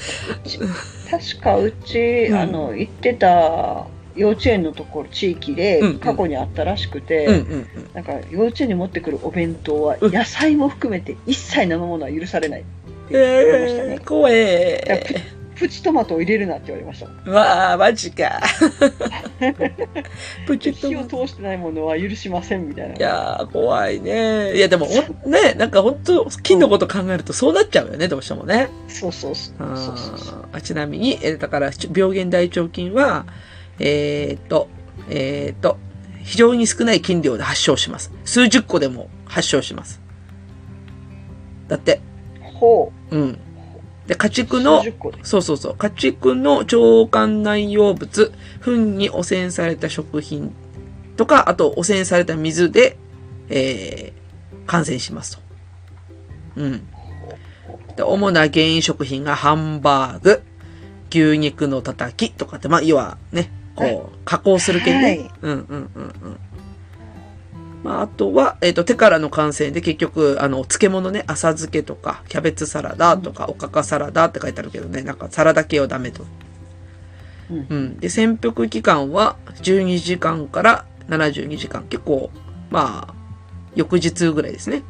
確かうち、うんあの行ってた幼稚園のところ地域でうんうん過去にあったらしくて、うんうんうん。なんか幼稚園に持ってくるお弁当はうん野菜も含めて一切生ものは許されない、えー、怖だえからププチトマトを入れるなって言われましたー。わあ、マジか。 プチッと。火をい通してないものは許しませんみたいなやー、怖いね。いや、でも、おね、なんか本当金のこと考えるとそうなっちゃうよね、どうしてもね。そうそうそうあそうそうそうーあちなみに、えーだから、ちょ病原大腸菌は、えー、っと、えー、っと、非常に少ない菌量で発症します。数十個でも発症します。だって、ほうん。で、家う畜の数十、個でそうそうそう。家畜の腸管内容物、糞に汚染された食品とか、あと汚染された水で、えー、感染しますと。うん。で、主な原因食品がハンバーグ、牛肉のたたきとかって、まあ、要はね、はいこう、加工する系ね。はいうんうんうんうん。まあ、あとは、えっ、と、手からの感染で結局、あの、漬物ね、浅漬けとか、キャベツサラダとか、おかかサラダって書いてあるけどね、なんかサラダ系はダメと。うんうん。で、潜伏期間は12時間から72時間。結構、まあ、翌日ぐらいですね。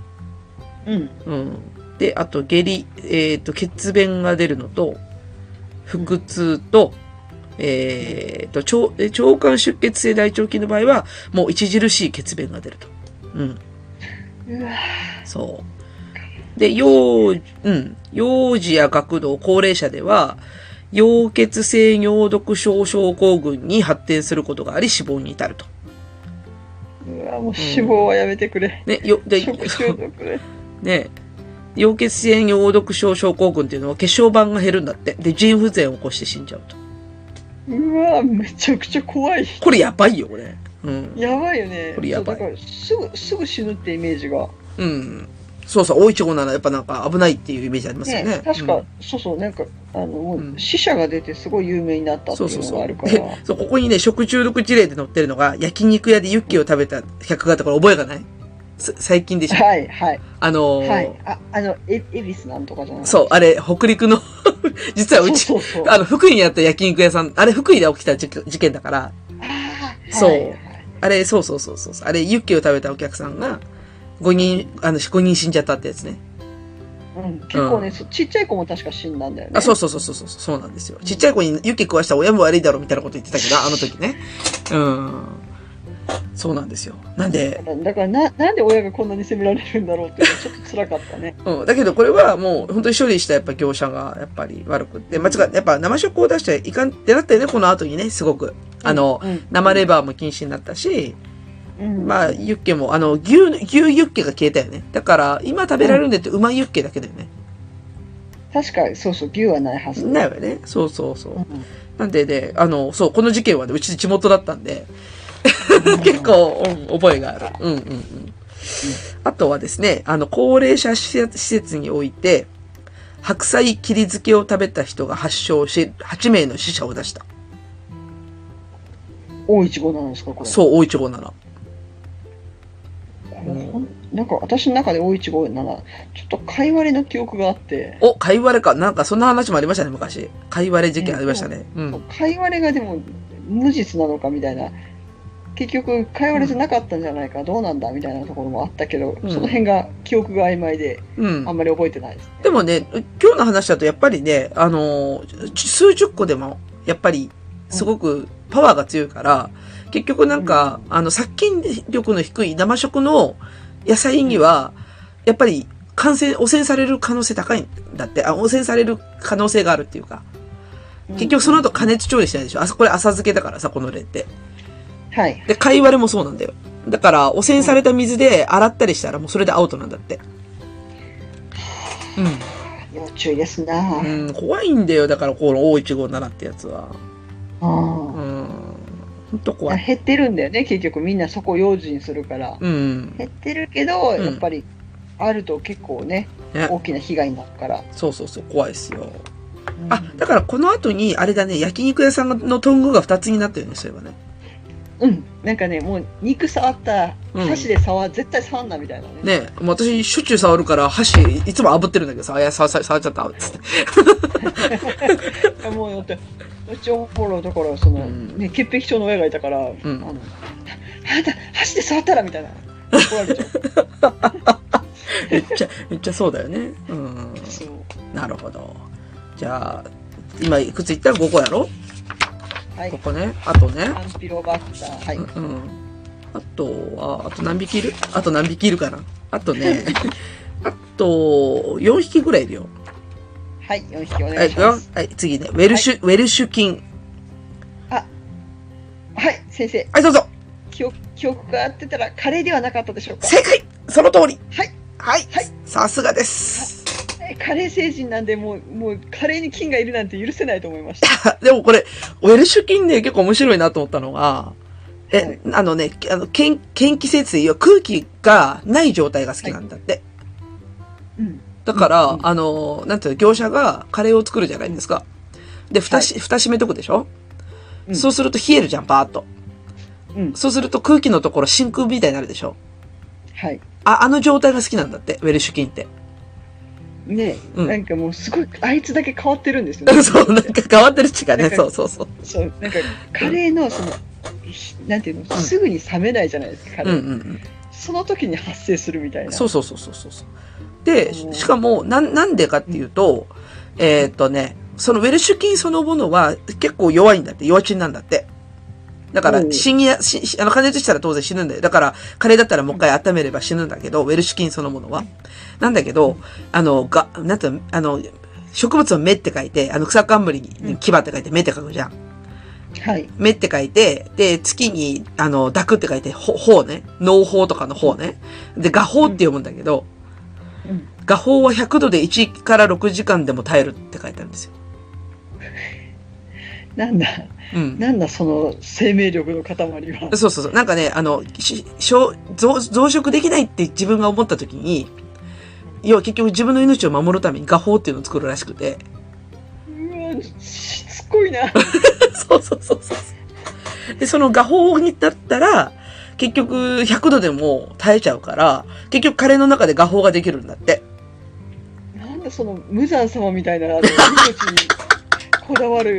うんうん。で、あと、下痢、えっ、と、血便が出るのと、腹痛と、えっ、と、腸、え腸管出血性大腸菌の場合は、もう著しい血便が出ると。うん。うわそう。で、幼、うん。幼児や学童、高齢者では、溶血性尿毒症症候群に発展することがあり、死亡に至ると。うわもう脂肪はやめてくれ、ね、よ、 で、食中毒でね溶血性尿毒症症候群っていうのは血小板が減るんだって。で、腎不全を起こして死んじゃうと。うわめちゃくちゃ怖いこれやばいよ、これ。うん。やばいよねこれやばいそうだからすぐすぐ死ぬってイメージがうん。そうそう、O157 やっぱなんか危ないっていうイメージありますよね。ね確か、うんそうそうなんかあのもうんう死者が出てすごい有名になったってそういそううのそがあうるからでそう、ここにね、食中毒事例で載ってるのが、焼肉屋でユッケを食べた客があったから覚えがないす最近でしょはいはいあのーはいああのえ恵比寿なんとかじゃないそう、あれ、北陸の、 実はう ち、そうそうそうあの、福井にあった焼肉屋さん、あれ、福井で起きた事件事件だから、あーそうはいはいあれ、そうそうそうそうそう。あれ、ユッケを食べたお客さんが、5人、あの、5人死んじゃったってやつね。うん、結構ね、そうちっちゃい子も確か死んだんだよねあ、そうそうそうそうそう、そうなんですよ。ちっちゃい子にユッケ食わした親も悪いだろみたいなこと言ってたけど、あの時ね。うん。そうなんですよ。なんでだ、からだからななんで親がこんなに責められるんだろうっていうのはちょっと辛かったねうん。だけどこれはもう本当に処理したやっぱ業者がやっぱり悪くって、まあ、つうかやっぱ生食を出しちゃいかんってなったよね、この後にね、すごく。あの、うん生レバーも禁止になったし、うんまあ、ユッケも、あの、牛、牛ユッケが消えたよね。だから、今食べられるんでって、うまいユッケだけだよね。確かにそうそう牛はないはずだよね。そうそうそうう。んなんでね、あの、そう、この事件はね、うち地元だったんで、結構、うん覚えがある。うんうんうん。あとはですね、あの、高齢者施設施設において、白菜切り漬けを食べた人が発症し、8名の死者を出した。大いちごなんですかこれそう、大いちごなら。これほんなんか私の中で大いちごならちょっとかいわれの記憶があってお、かいわれか。なんかそんな話もありましたね、昔。かいわれ事件ありましたね。うん。かいわれがでも無実なのかみたいな結局かいわれじゃなかったんじゃないか、どうなんだみたいなところもあったけど、うんその辺が記憶が曖昧でうんあ。んまり覚えてないですね、でもね、今日の話だとやっぱりね、あのー、ち数十個でも、やっぱり、すごくパワーが強いから、結局なんか、あの、殺菌力の低い生食の野菜には、やっぱり感染、汚染される可能性高いんだって、あ、汚染される可能性があるっていうか、結局その後加熱調理しないでしょ。あ、これ浅漬けだからさ、この例って。はいで、貝割れもそうなんだよ。だから、汚染された水で洗ったりしたらもうそれでアウトなんだって。うん。要注意ですな、あうん、怖いんだよ。だから、この O157 ってやつは。うん。あほんと怖い。減ってるんだよね結局みんなそこを用心するから、うん。減ってるけど、んやっぱりあると結構ねね大きな被害になるから、そうそうそう、怖いですよ。うんあ、だからこの後に、あれだね、焼肉屋さんのトングが2つになったよね、そういえばね。うんなんかねもう肉触ったうん箸で触、絶対触んなみたいなねねもう私、しょっちゅう触るから、箸、いつも炙ってるんだけどさ、あ、いや、触触触っちゃった、つって。 いやもうだってうちおもろいだからその、うんね、潔癖症の親がいたから、あのあなた箸で触ったらみたいな怒られちゃうめっちゃ、めっちゃそうだよね。うん。そうなるほど。じゃあ、今いくついった ?5 個やろはいここね。あとね。アンピロバクターはい、うん。あとは、あと何匹いるあと何匹いるかなあと ね、あと、4匹ぐらいいるよ。はい4匹おは願い、いいしくよますはい、次ね。ウェルシュ、ウェルシュ菌。はい先生はい、どうぞ記憶記憶が合ってたらカレーではなかったでしょうか正解その通りはいはい、はいさすがです。えカレー星人なんでもうもうカレーに菌がいるなんて許せないと思いましたでもこれ、ウェルシュ菌ね、結構面白いなと思ったのが、え、はいあのね、あの、研研気節水は空気がない状態が好きなんだって。うんだから、うんあの、なんていうの、業者がカレーを作るじゃないですか。で、蓋し、蓋閉めとくでしょ、うんそうすると冷えるじゃん、パーッと。うんそうすると空気のところ真空みたいになるでしょはいあ、あの状態が好きなんだって、ウェルシュ菌って。ね、うんなんかもうすごいあいつだけ変わってるんですよ ねそう、なんか変わってるしかね、なんかそうそうそう。そうなんかカレーのそのひなんていうのすぐに冷めないじゃないですかカうんレー、うんうん。その時に発生するみたいなそうそうそうそうそうそう。で、うんしかも、なん、なんでかっていうと、えーっとね、そのウェルシュ菌そのものは結構弱いんだって、弱菌なんだって。だからう、ん死にや、し、しあの、加熱したら当然死ぬんだよ。だから、カレーだったらもう一回温めれば死ぬんだけど、ウェルシュ菌そのものは。なんだけど、あの、が、なんていうの、あの、植物の芽って書いて、あの、草冠に牙って書いて芽って書くじゃん。はい目って書いて、で、月に、あの、抱くって書いて、ほ、ほうね。農法とかのほうね。で、画法って読むんだけど、うん画法は100度で1から6時間でも耐えるって書いてあるんですよ。なんだうん。なんだその生命力の塊はそうそうそう。なんかね、あの、し、小増、増殖できないって自分が思った時に、要は結局自分の命を守るために画法っていうのを作るらしくて。うわしつこい なそうそうそうそう。で、その画法になったら、結局100度でも耐えちゃうから、結局カレーの中で画法ができるんだって。なんだその無惨様みたいなあの命にこだわる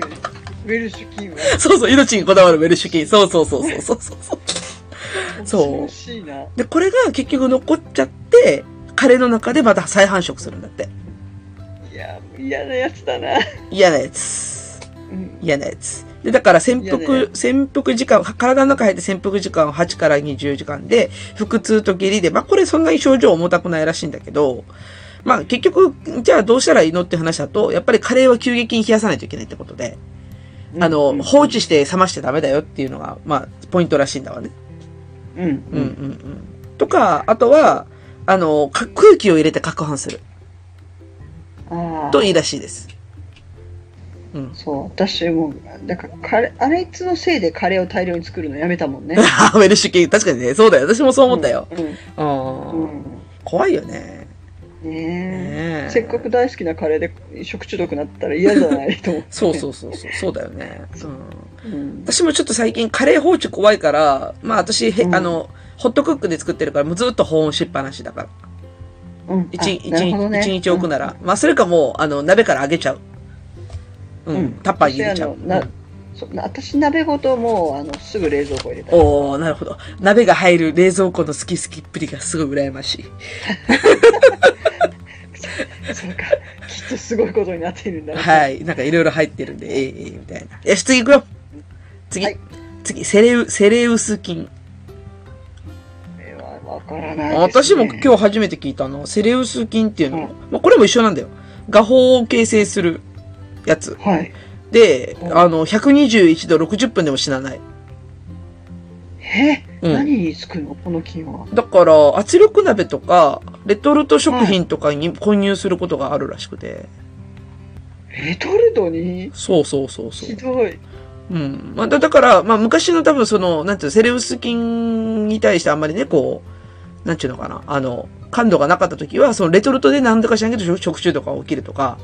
ウェルシュ菌はそうそう、命にこだわるウェルシュ菌。そうそうそうそうそうそうそう。そう恐ろしいなで、これが結局残っちゃって、カレーの中でまた再繁殖するんだって。いや嫌なやつだな、嫌なやつ。うん、嫌なやつ。で、だから潜嫌なや伏、潜伏時間、体の中入って潜伏時間は8から20時間で、腹痛と下痢で、まあこれそんなに症状重たくないらしいんだけど、まあ結局、じゃあどうしたらいいのって話だと、やっぱりカレーは急激に冷やさないといけないってことで、あうの、ん放置して冷ましてダメだよっていうのが、まあポイントらしいんだわね。うんうんうんうん。とか、あとは、あの、か空気を入れて攪拌するうんあ あといいらしいです。うん。そう、私も、だからカレー、あれつのせいでカレーを大量に作るのやめたも んね。ウェルシュ系、確かにね、そうだよ。私もそう思ったよ。う。うん。うんん。怖いよね。ねねえ。えせっかく大好きなカレーで食中毒になったら嫌じゃないと 思って。そうそうそうそう、そうだよね。うん。うん。私もちょっと最近カレー放置怖いから、まあ私、へうんあの、ホットクックで作ってるから、もうずっと保温しっぱなしだから。うん。一あ日、一なるほ日どね一日置くなら。まあそれかもう、あの、鍋から揚げちゃう。うん。うんタッパーに入れちゃう。私あのなそうな私鍋ごともうあのすぐ冷蔵庫入れたりおおなるほど。鍋が入る冷蔵庫の好き好きっぷりがすごい羨ましい。そうかきっとすごいことになっているんだなはい。なんかいろいろ入ってるんで、ええええみたいな。よし、次行くよ次、はい次、セレウ、セレウス菌。これはわからないです、私もね、今日初めて聞いたの、セレウス菌っていうの、うんまあ、これも一緒なんだよ。画法を形成するやつ。日はいで、うんあの、121度60分でも死なない。え、うん何につくのこの菌はだから、圧力鍋とか、レトルト食品とかに混入することがあるらしくて。レトルトにそうそうそうそうひ。どいうん。まあ、だだから、まあ、昔の多分その、なんていうの、セレウス菌に対してあんまりね、こう、なんていうのかな、あの、感度がなかった時は、そのレトルトで何とかしなきゃ食食中毒が起きるとか、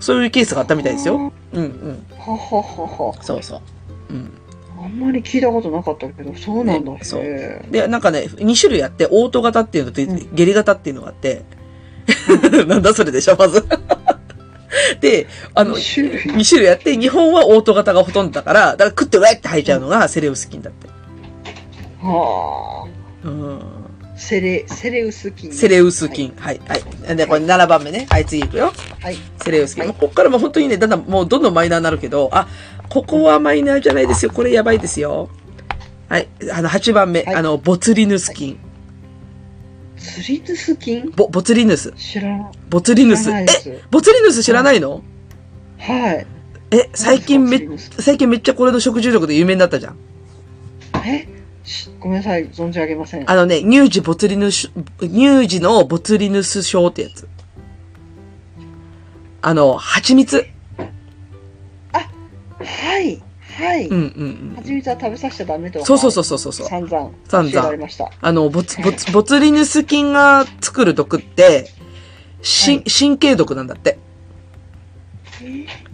そういうケースがあったみたいですよ。はうんうん。はははそうそう。うん。あんまり聞いたことなかったけどそうなんだ、ねね、そうへえで、なんかね、2種類あって、オート型っていうのと、うん下痢型っていうのがあって、 なんだそれでしょ、まず。で、あの、2種類種類あって、日本はオート型がほとんどだから、だから食ってうわいって吐いちゃうのがセレウス菌だって。はうん。あセレセレウス菌セレウス菌。はい、はい。で、これ7番目ね。はい、次行くよ。はいセレウス菌。はいもうこっからもう本当にね、だんだんもうどんどんマイナーになるけど、あ、ここはマイナーじゃないですよ。これやばいですよ。はい。あの、8番目。はいあの、ボツリヌス菌。ツリヌス菌ボ、ボツリヌス。知らんボツリヌス。知らないえですボツリヌス知らないのはいえ、最近め何で、すか最近めっちゃこれの食中毒で有名になったじゃん。ボツリヌスえしごめんなさい存じ上げませんあのね、乳児ボツリヌス、乳児のボツリヌス症ってやつ。あの、蜂蜜。はいはい、うんうん蜂蜜は食べさせちゃダメとうん。はそうそうそうそうそうそう。散々散々教えられましたあの、ボツ、ボツ、ボツリヌス菌が作る毒って、し、神経毒なんだって。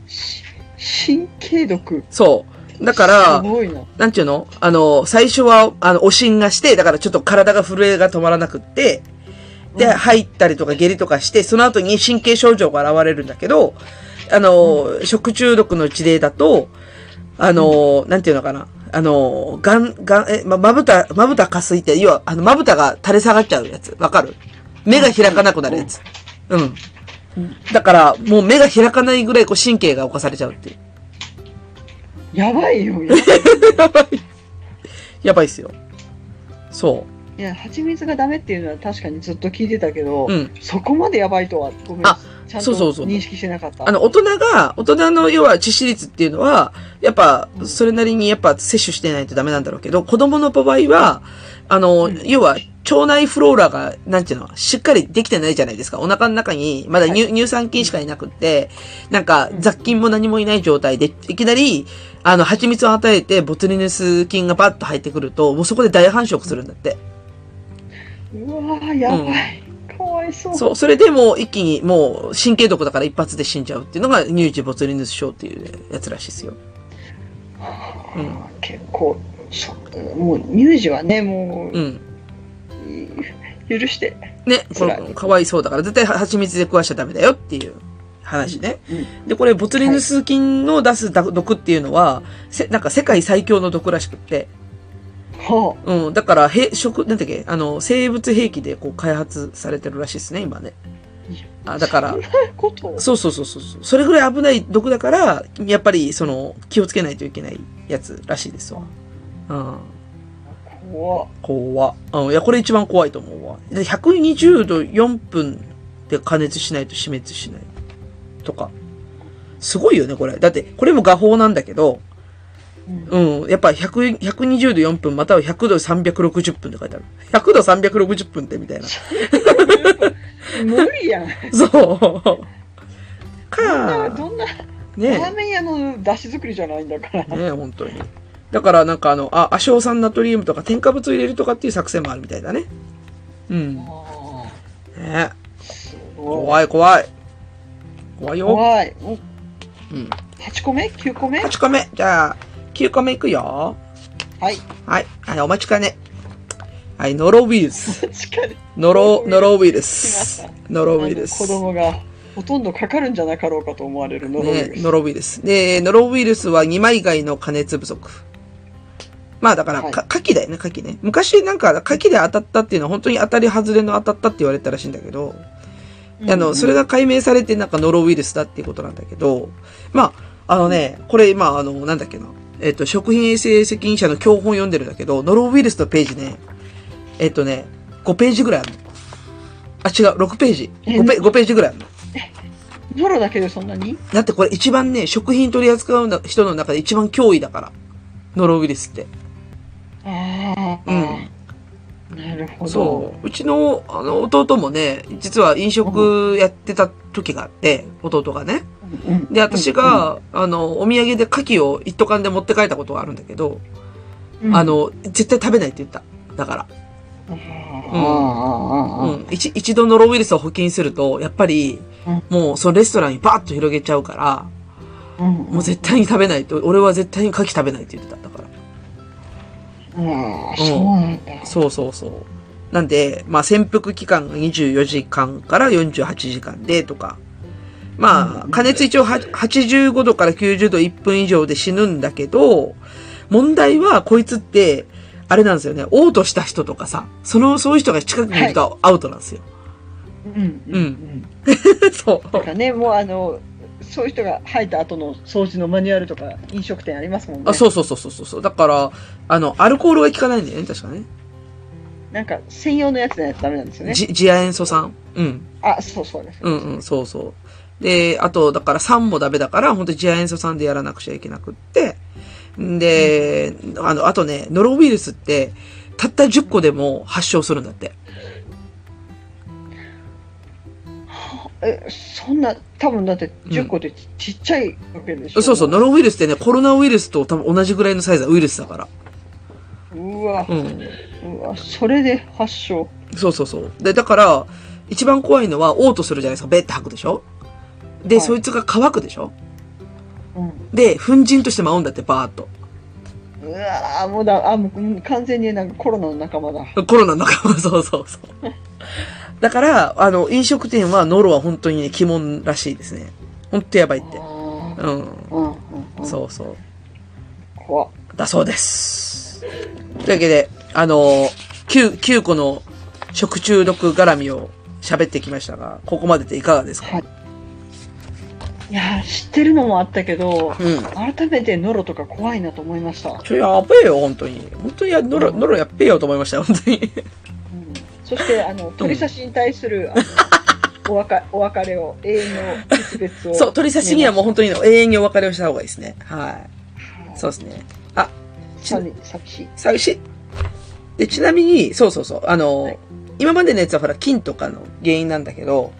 し神経毒そう。だかすら、ごいななんていうのあの、最初は、あの、おしんがして、だからちょっと体が震えが止まらなくって、で、うん入ったりとか下痢とかして、その後に神経症状が現れるんだけど、あの、食中毒の事例だと、あの、なんていうのかなあの、がん、がん、え、ま、まぶた、まぶたかすいて、要は、あの、まぶたが垂れ下がっちゃうやつ。わかる目が開かなくなるやつ。うんうん。だから、もう目が開かないぐらい、こう、神経が侵されちゃうっていう。やばいよ。 やばいやばい。 やばいっすよ。そいや、蜂蜜がダメっていうのは確かにずっと聞いてたけど、う。うん。そこまでやばいとは、ごめんあちゃんとそうそうそう認識してなかった。あの、大人が、大人の要は致死率っていうのは、やっぱ、それなりにやっぱ摂取してないとダメなんだろうけど、子供の場合は、あの、うん要は、腸内フローラが、なんていうの、しっかりできてないじゃないですか。お腹の中に、まだ乳,、乳酸菌しかいなくって、なんかう、ん雑菌も何もいない状態で、いきなり、あの、蜂蜜を与えて、ボツリヌス菌がバッと入ってくると、もうそこで大繁殖するんだって。うわーやばい。かわいそう。そう、それでもう一気にもう神経毒だから一発で死んじゃうっていうのが乳児ボツリヌス症っていうやつらしいですよ。うん結構、そうもう乳児はね、もうう、ん。許して。ね、こ辛のいかわいそうだから絶対蜂蜜で食わしちゃダメだよっていう話ね。うんで、これボツリヌス菌の出すだ毒っていうのは、せなんか世界最強の毒らしくって、はうん、だから、へ、食、なんだっけ、あの、生物兵器でこう開発されてるらしいですね、今ね。あ、あ。だからそん、なことをそうそうそうそうそう。それぐらい危ない毒だから、やっぱり、その、気をつけないといけないやつらしいですわ。うん。怖っ怖うん。いや、これ一番怖いと思うわ。で、120度4分で加熱しないと死滅しない。とか。すごいよね、これ。だって、これも画法なんだけど、うんうん。やっぱ100 120度4分、または100度360分って書いてある。100度360分ってみ たいな。無理やん。 そう。かどんな、ねラーメン屋の出汁作りじゃないんだから。ね本当に。だからなんかあの、あ、亜硝酸ナトリウムとか添加物を入れるとかっていう作戦もあるみたいだね。うん。ねあすごい。怖い怖い。怖いよ。怖い。もううん。 8個目 ?9 個目8個目。じゃあ、9個目いくよ。はい。はい。はい、お待ちかね。はい、ノロウイル ス。確かに。ノロ、ノロウイル来スまし。ノロウイルあス。の子供がほとんどかかるんじゃなかろうかと思われるノロウイねル、ス。ノロウイルス。で、ノロウイルスは二枚貝の加熱不足。まあだから、はいか、牡蠣だよね、牡蠣ね。昔なんか、牡蠣で当たったっていうのは本当に当たり外れの当たったって言われたらしいんだけど、うんあの、それが解明されてなんかノロウイルスだっていうことなんだけど、まあ、あのね、これ、まあ、あの、なんだっけな、えっと、食品衛生責任者の教本読んでるんだけど、ノロウイルスのページね、えっとね、5ページぐらいあるの。あ、違う、6ページ。5ペ ,5 ページぐらいあるの。ノロだけでそんなにだってこれ一番ね、食品取り扱う人の中で一番脅威だから。ノロウイルスって。ああ。うん。なるほど。そう。うちの、あの、弟もね、実は飲食やってた時があって、弟がね。うん。うんで、私、が、あの、お土産で牡蠣を一斗缶で持って帰ったことがあるんだけど、うんあ、の、絶対食べないって言った。だから。あーうあーあーあーん。一、一度ノロウイルスを補菌すると、やっぱりうん、もう、そのレストランにバーッと広げちゃうから、うんもう絶対に食べないと、俺は絶対に牡蠣食べないって言ってた。だから。ああ、そうなんだ。そうそうそう。なんで、まあ、潜伏期間が24時間から48時間でとか。まあ、加熱一応は85度から90度1分以上で死ぬんだけど、問題はこいつって、あれなんですよね、嘔吐した人とかさ、その、そういう人が近くにいるとアウトなんですよ。 うん。ううんん。そう。だからね、もうあの、そういう人が入った後の掃除のマニュアルとか飲食店ありますもんね。あ、そうそうそうそうそう。だから、あの、アルコールが効かないんだよね、確かね。なんか専用のやつじゃないとダメなんですよね。じ次亜塩素酸。うん。あ、そうそうです。うんうん、そうそう。で、あと、だから酸もダメだから、本当に次亜塩素酸でやらなくちゃいけなくって。んで、あの、あとね、ノロウイルスって、たった10個でも発症するんだって。え、そんな、多分だって10個でち,、っちゃいわけでしょ。そうそう、ノロウイルスってね、コロナウイルスと多分同じぐらいのサイズはウイルスだから。うわう、ん。うわ、それで発症。そうそうそう。で、だから、一番怖いのは、嘔吐するじゃないですか。ベッて吐くでしょで、はいそいつが乾くでしょうん。で、粉塵として舞うんだって、バーっと。うわもうだ、あ、もううん完全になんかコロナの仲間だ。コロナの仲間、そうそうそう。だから、あの、飲食店はノロは本当にね、鬼門らしいですね。本当やばいって。あうーん。うん、うん、うん。そうそう。怖っだそうです。というわけで、あの、9、9個の食中毒絡みを喋ってきましたが、ここまででいかがですかはい。いやー、知ってるのもあったけど、うん。改めてノロとか怖いなと思いました。ちょ、やべえよ、本当に。本当にや、ノロ、ノロやっべえよと思いました、本当に。うんそして、あの、鳥刺しに対す る、あのお別れ、お別れを、永遠の決別を。そう、取り差しにはもう本当に永遠にお別れをした方がいいですね。はい。そうですね。あ、さに寂しい。寂しい。で、ちなみに、そうそうそう、あの、はい今までのやつはほら、菌とかの原因なんだけど、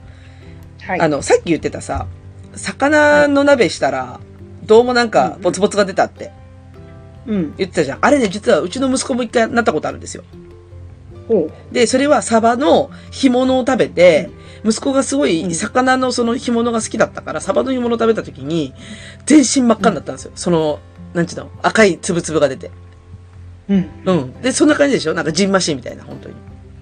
はい。あの、さっき言ってたさ、魚の鍋したら、どうもなんうんかう、んボツボツが出たってうん。言ってたじゃん。あれね、実はうちの息子も一回なったことあるんですよ。ほう。で、それはサバの干物を食べて、息子がすごういん魚のその干物が好きだったから、サバの干物を食べた時に、全身真っ赤になったんですよ。その、なんちゅうの、赤い粒々が出て。うん。うん。で、そんな感じでしょなんかジンマシンみたいな、本当に。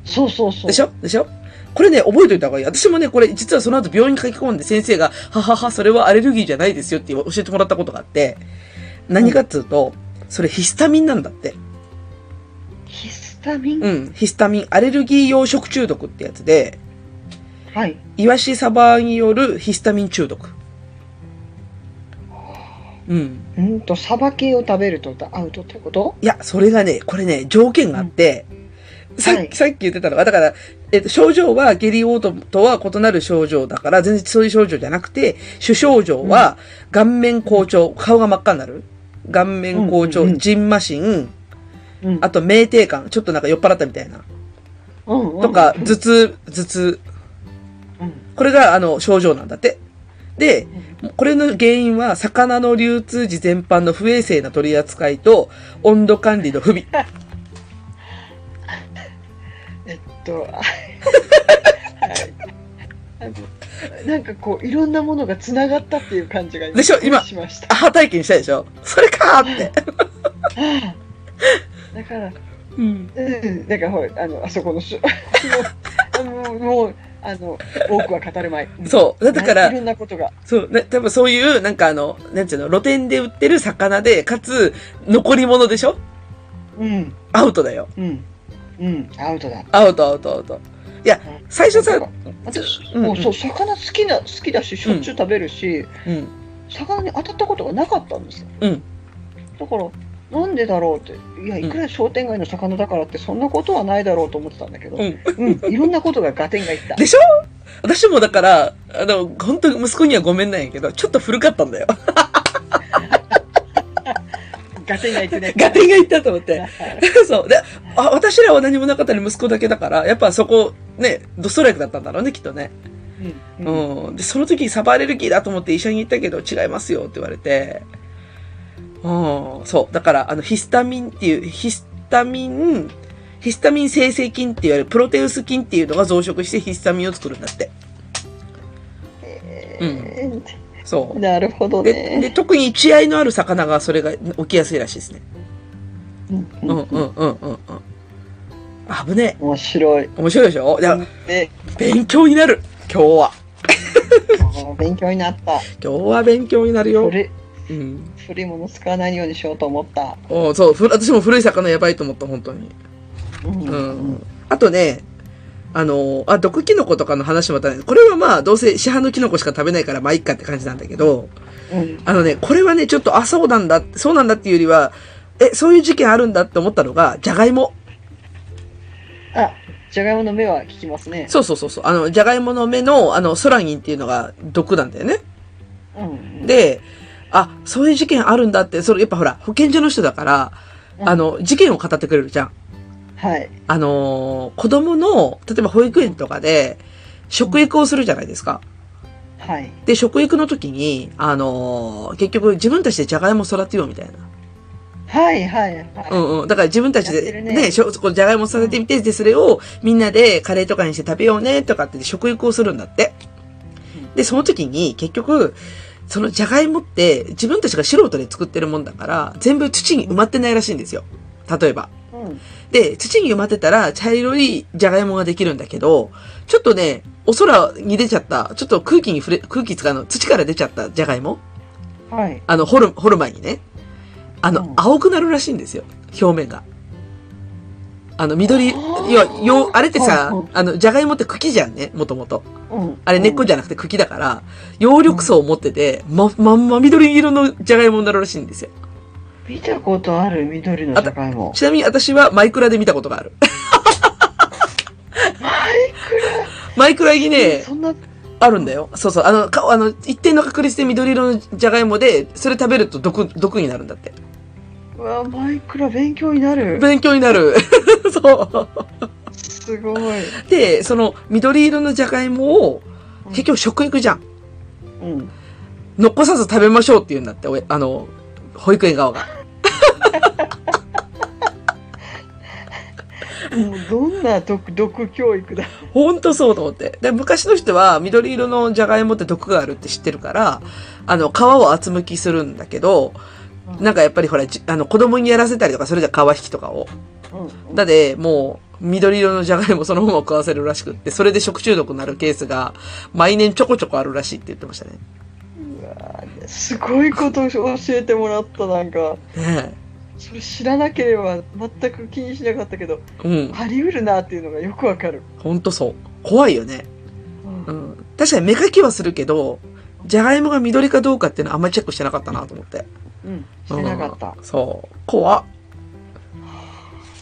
そうそうそう。でしょでしょこれね、覚えといた方がいい。私もね、これ実はその後病院に書き込んで先生が、ははは、それはアレルギーじゃないですよって教えてもらったことがあって、何かっつうと、それヒスタミンなんだって。ヒスタミン、うん。ヒスタミン、アレルギー用食中毒ってやつで、はい。イワシサバによるヒスタミン中毒。うん。うんと、サバ系を食べるとアウトってこといや、それがね、これね、条件があって、さっき、はいさっき言ってたのが、だから、えっと、症状は下痢嘔吐とは異なる症状だから、全然そういう症状じゃなくて、主症状は、顔面好調、顔が真っ赤になる。顔面好うん調、うんうんジンマシン、うんあと、酩酊感、ちょっとなんか酔っ払ったみたいな。うんうんとか、頭痛、頭痛。うんこれが、あの、症状なんだって。で、これの原因は、魚の流通時全般の不衛生な取り扱いと、温度管理の不備。えっと、あはいあのなんかこういろんなものがつながったっていう感じがでしょ今しましたア。ハ体験したでしょそれかーって。はい だから、うん。うん、だからほらあのあそこのし もうあのもうあの多くは語るまい。んそうだからいろんなことがそう、ね、多分そういう、なんかあの、なんていうの、露店で売ってる魚で、かつ、残り物でしょうんアウトだよ。うんうんアウトだ。アウト、アウト、アウト。いや、最初さ、私、うんもうそう魚好きな好きだししょっちゅう食べるし、うん。魚に当たったことがなかったんですよ。うんだからなんでだろうっていやいくら商店街の魚だからってそんなことはないだろうと思ってたんだけど、うん。うん、いろんなことがガテンがいったで。しょ私もだから、あの、本当に息子にはごめんなんやけど、ちょっと古かったんだよ。 ガテンがいってね。ガテンが言ったと思って。 はいそう。で、あ、私らは何もなかったのに息子だけだから、やっぱそこ、ね、ドストライクだったんだろうね、きっとね。うんうんうん。で、その時サバアレルギーだと思って医者に行ったけど、違いますよって言われて。うん。そう。だから、あの、ヒスタミンっていう、ヒスタミン、ヒスタミン生成菌って言われるプロテウス菌っていうのが増殖してヒスタミンを作るんだって。えそーなるほどう。で、でね。特に血合いのある魚がそれが起きやすいらしいですね。うんうんうんうんうんうんうん。危ね面白い。え。面白いでしょいや、 で、勉強になる。今日は。もう勉強になった。今日は勉強になるよ。古いうん。古いもの使わないようにしようと思った。おうそう。ふ私も古い魚やばいと思った、本当に。うんうん。あとね、あの、あ、毒キノコとかの話もあったね。これはまあ、どうせ市販のキノコしか食べないから、まあ、いっかって感じなんだけど、うんあのね、これはね、ちょっと、あ、そうなんだ、そうなんだっていうよりは、え、そういう事件あるんだって思ったのが、じゃがいも。あ、じゃがいもの目は効きますね。そうそうそうそう。あの、じゃがいもの芽の、あの、ソラニンっていうのが毒なんだよね。うんで、あ、そういう事件あるんだって、それ、やっぱほら、保健所の人だから、うんあの、事件を語ってくれるじゃん。はい。あのー子供の、例えば保育園とかで、食育をするじゃないですか。はい。で、食育の時に、あのー結局自分たちでジャガイモ育てようみたいな。はいはいはうい。んうん。だから自分たちやってでるね、ねしょこうジャガイモ育てみて、で、それをみんなでカレーとかにして食べようね、とかって食育をするんだって。で、その時に結局、そのジャガイモって自分たちが素人で作ってるもんだから、全部土に埋まってないらしいんですよ。例えば。うんで、土に埋まってたら茶色いジャガイモができるんだけど、ちょっとね、お空に出ちゃった、ちょっと空気に触れ、空気使うの、土から出ちゃったジャガイモはい。あの、掘る、掘る前にね。あの、うん青くなるらしいんですよ。表面が。あの、緑、いあーや、よ、あれってさ、うんうんあの、じゃがいもって茎じゃんね、もともと。うんあれ根っこじゃなくて茎だから、葉緑素を持ってて、ま、まんま緑色のじゃがいもになるらしいんですよ。見たことある緑のじゃがいも。ちなみに私はマイクラで見たことがある。 マイクラにね、そんな、あるんだよ。そうそう。あの、かあの、一定の確率で緑色のじゃがいもで、それ食べると毒、毒になるんだって。うわ、マイクラ勉強になる。勉強になる。 そう。すごい。で、その緑色のじゃがいもを、結局食育じゃん。うん。残さず食べましょうって言うんだって、おやあの、保育園側が。もうどんな毒毒教育だ。ほんとそうと思って。で、昔の人は緑色のじゃがいもって毒があるって知ってるから、あの、皮を厚むきするんだけど、なんかやっぱりほら、じあの、子供にやらせたりとかするじゃん、皮引きとかを。うんだで、もう、緑色のじゃがいもそのまま食わせるらしくって、それで食中毒になるケースが、毎年ちょこちょこあるらしいって言ってましたね。すごいことを教えてもらったなんかねそれ知らなければ全く気にしなかったけどえ。うん。あり得るなっていうのがよくわかる、ほんとそう。怖いよね。うんうん。確かに目かきはするけど、じゃがいもが緑かどうかっていうのはあんまりチェックしてなかったなと思って。うん、してなかったうんそう。怖っ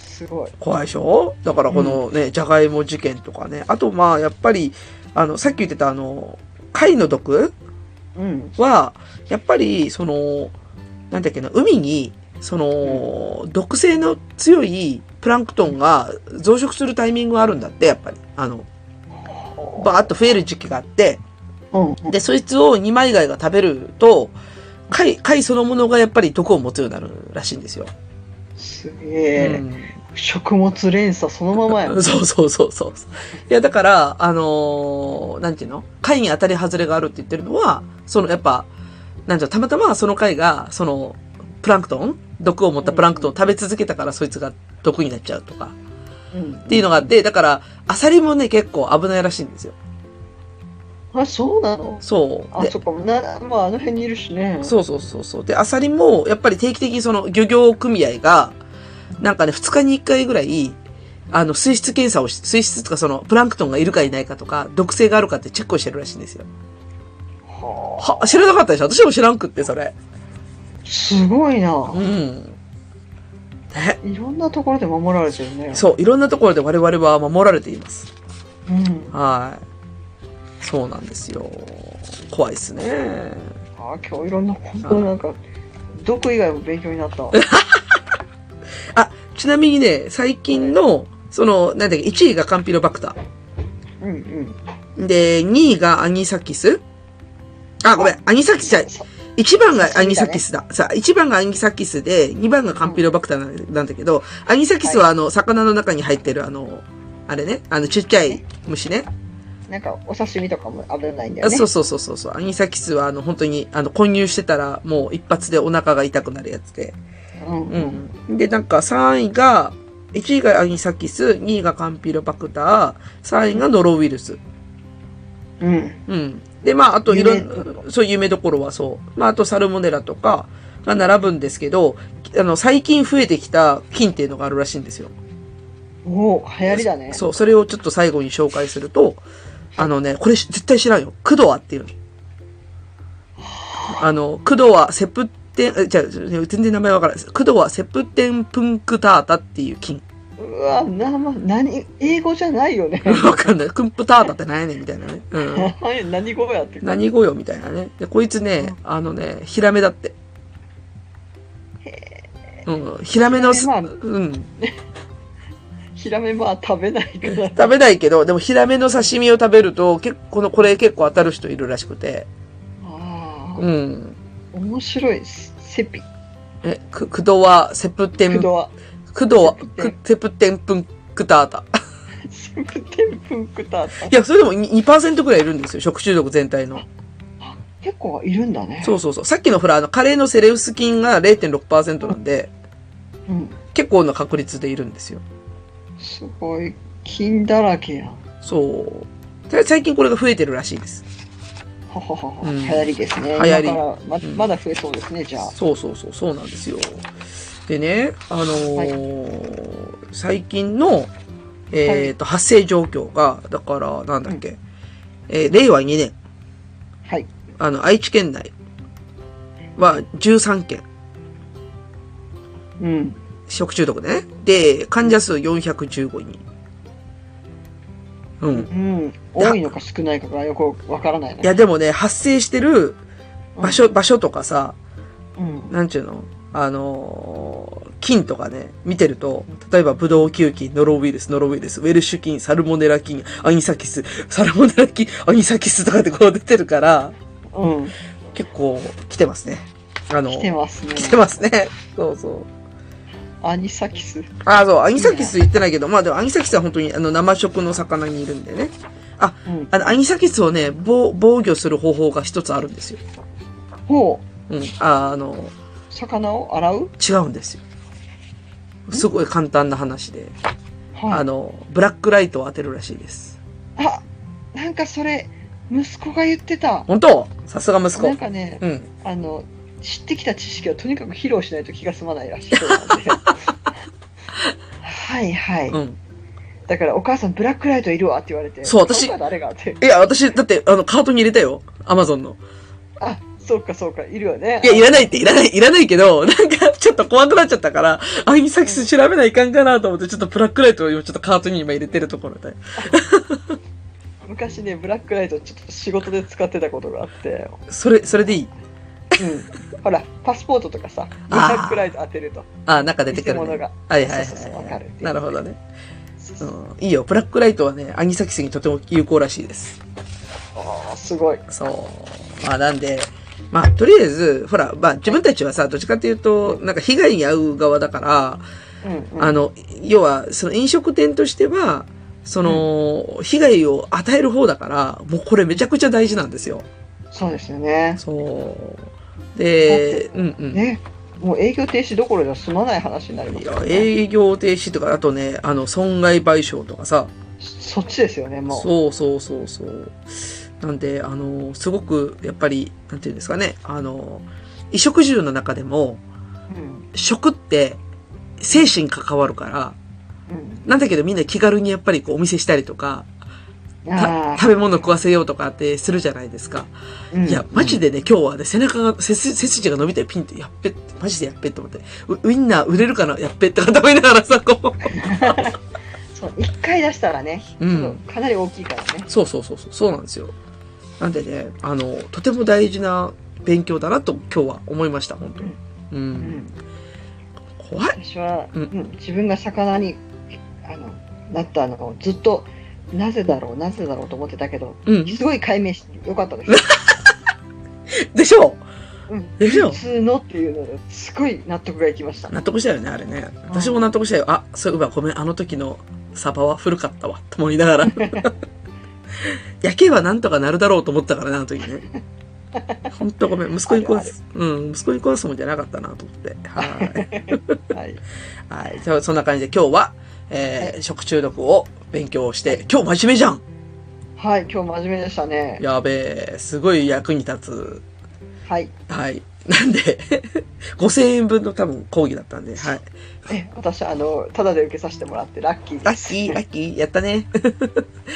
すごい怖いでしょだからこのね、じゃがいも事件とかね。あとまあ、やっぱり、あの、さっき言ってたあの、貝の毒うんは、やっぱり、その、なんだっけな、海に、その、毒性の強いプランクトンが増殖するタイミングがあるんだって、やっぱり。あの、バーッと増える時期があって、うんで、そいつを二枚貝が食べると、貝、貝そのものがやっぱり毒を持つようになるらしいんですよ。すげえ、食物連鎖そのままやうん そうそうそうそう。いや、だから、あのーなんていうの貝に当たり外れがあるって言ってるのは、その、やっぱ、なんていうのたまたまその貝が、その、プランクトン毒を持ったプランクトンを食べ続けたから、そいつが毒になっちゃうとか、うんっていうのがあって、だから、アサリもね、結構危ないらしいんですよ。あそうなのそう。あでそっかな、まあ、あの辺にいるしねそうそうそうそう。で、アサリも、やっぱり定期的にその漁業組合が、なんかね、2日に1回ぐらい、あの、水質検査をし、水質とかその、プランクトンがいるかいないかとか、毒性があるかってチェックをしてるらしいんですよ。はは、知らなかったでしょ私も知らんくって、それ。あすごいなうん。ね。いろんなところで守られてるねそう、いろんなところで我々は守られています。う、ん、はい。そうなんですよ。怖いっすね。あ今日いろんな本当になんか毒以外も勉強にな ったわちなみにね、最近の、その、なんだっけ、1位がカンピロバクター。うんうんで、2位がアニサキスあ、ごめん、アニサキスじゃない、1番がアニサキスだ。さ、1番がアニサキスで、2番がカンピロバクターなんなんだけど、アニサキスはあの、魚の中に入ってるあの、あれね、あの、ちっちゃい虫ね。なんかお刺身とかも危ないんだよあねそうそうそうそうそう。アニサキスはあの、本当に、あの、混入してたら、もう一発でお腹が痛くなるやつで。うんううんん。で、なんか3位が、1位がアニサキス、2位がカンピロバクター、3位がノロウイルス。うんうん。で、まあ、あといろ夢どこん、そう、夢どころはそう。まあ、あとサルモネラとかが並ぶんですけど、あの、最近増えてきた菌っていうのがあるらしいんですよ。おー流行りだねそう、それをちょっと最後に紹介すると、あのね、これ絶対知らんよ。クドアっていうの。あの、クドア、セプテン、えじゃあ全然名前わからないです。クドア、セプテンプンクタータっていう菌。 うわなま何英語じゃないよね わかんない。クンプタータって何やねんみたいなね。うん。何語やってる何語よみたいなね。で、こいつね、あのね、ヒラメだって。うん、ヒラメのす、ヒラメまうん、ヒラメまあ食べないか ら食べないけど、でもヒラメの刺身を食べると、結構、この、これ結構当たる人いるらしくて、ああうん。面白いセピえ、く、くどは、セプテクン、ドアくどはセプ、テンくセプテンプンクタータ。セプテンプンクタータいや、それでもに2%くらいいるんですよ、食中毒全体の。結構いるんだねそうそうそう。さっきのほら、あの、カレーのセレウス菌が0.6%なんで、うん、結構な確率でいるんですよ。すごい金だらけやんそう。で最近これが増えてるらしいです。はははは、うん流行りですね流行り今からまうんまだ増えそうですねじゃあそうそうそう、そうなんですよ。でね、あのー最近の、えっ、と、発生状況が、だから、なんだっけ、えー令和2年、はいあの、愛知県内は13件、うん食中毒ね。で、患者数415人。うん。うん多いのか少ないのかがよくわからないねいや、でもね、発生してる場所、場所とかさ、うんなんちゅうのあのー菌とかね、見てると、例えばブドウ球菌、ノロウイルス、ノロウイルス、ウェルシュ菌、サルモネラ菌、アニサキス、サルモネラ菌、アニサキスとかってこう出てるから、うん、結構来てますね。あの、来てますね来てますね。そうそう。アニサキスあ、そう、アニサキス言ってないけど、まあでもアニサキスは本当にあの生食の魚にいるんでね。うんあの、アニサキスをね、防防御する方法が一つあるんですよ。ほうん。ああの、う魚を洗う違うんですよ。すごい簡単な話で。はあいの、ブラックライトを当てるらしいです。あなんかそれ息子が言ってた本当さすが息なん子。かねうん。あの知ってきた知識をとにかく披露しないと気が済まないらしいそうなんではいはい、うん。だからお母さんブラックライトいるわって言われてそう私買うか誰がっていや、私、だって、あの、カートに入れたよ。アマゾンの。あそうかそうかいるよねいや、いらないって、いらない、いらないけど、なんか、ちょっと怖くなっちゃったから、アニサキス調べないかんかなと思って、ちょっとブラックライトを今、ちょっとカートに今入れてるところで。昔ねブラックライトちょっと仕事で使ってたことがあって、それ、それでいいうん、ほらパスポートとかさブラックライト当てるとあ、なんか出てく偽る、物ね。がはいはいそうそうそうわはかいる。なるほどね。そうう。そうんいいよ。ブラックライトはね、アニサキスにとても有効らしいです。ああ、すごい。そう。まあなんで、まあとりあえず、ほら、まあ自分たちはさ、どっちかっていうと、なんか被害に遭う側だから、うん、うん。あの、要は、その飲食店としては、その、被害を与える方だから、もうこれめちゃくちゃ大事なんですよ。そうですよね。そう。で、うんうん。ね。もう営業停止どころじゃ済まない話になりまいすやよね。営業停止とか、あとね、あの、損害賠償とかさ、そっちですよね、もう。そうそうそうそう。なんで、あの、すごく、やっぱり、なんていうんですかね、あの、衣食住の中でも、うん。食って、精神関わるから、うんなんだけどみんな気軽にやっぱりこうお店したりとか、あたあ食べ物食わせようとかってするじゃないですか。うんいや、マジでね、今日はね、背中が、背す背筋が伸びてピンって、やっべって、マジでやっべって思って、ウウインナー売れるかなやっべって固めながらさ、こう。そう一回出したらね、うんちょっとかなり大きいからね。そうそうそうそう、そうなんですよ。なんでね、あの、とても大事な勉強だなと今日は思いました、本当に。う。うんん、怖い。私は、うんうん自分が魚にあのなったのをずっとなぜだろうなぜだろうと思ってたけど、うん。すごい解明してよかった です。でしょうん、でしょ普通のっていうのですごい納得がいきました。納得したよね、あれね。私も納得したよ。あ、そういえばごめん、あの時のサバは古かったわ、と思いながら。焼けばなんとかなるだろうと思ったからね、あの時ね。ほんとごめん、息子に壊す。うん、息子に壊すもんじゃなかったな、と思って。はい。はい、はい。そそんな感じで今日は、えー食中毒を勉強して、今日真面目じゃんはい、今日真面目でしたね。やべえ、すごい役に立はい、つ。はい。なんで、5000円分の多分講義だったんで、はい。え私あのただで受けさせてもらってラッキーラッです。キー、ラッキー、やったね。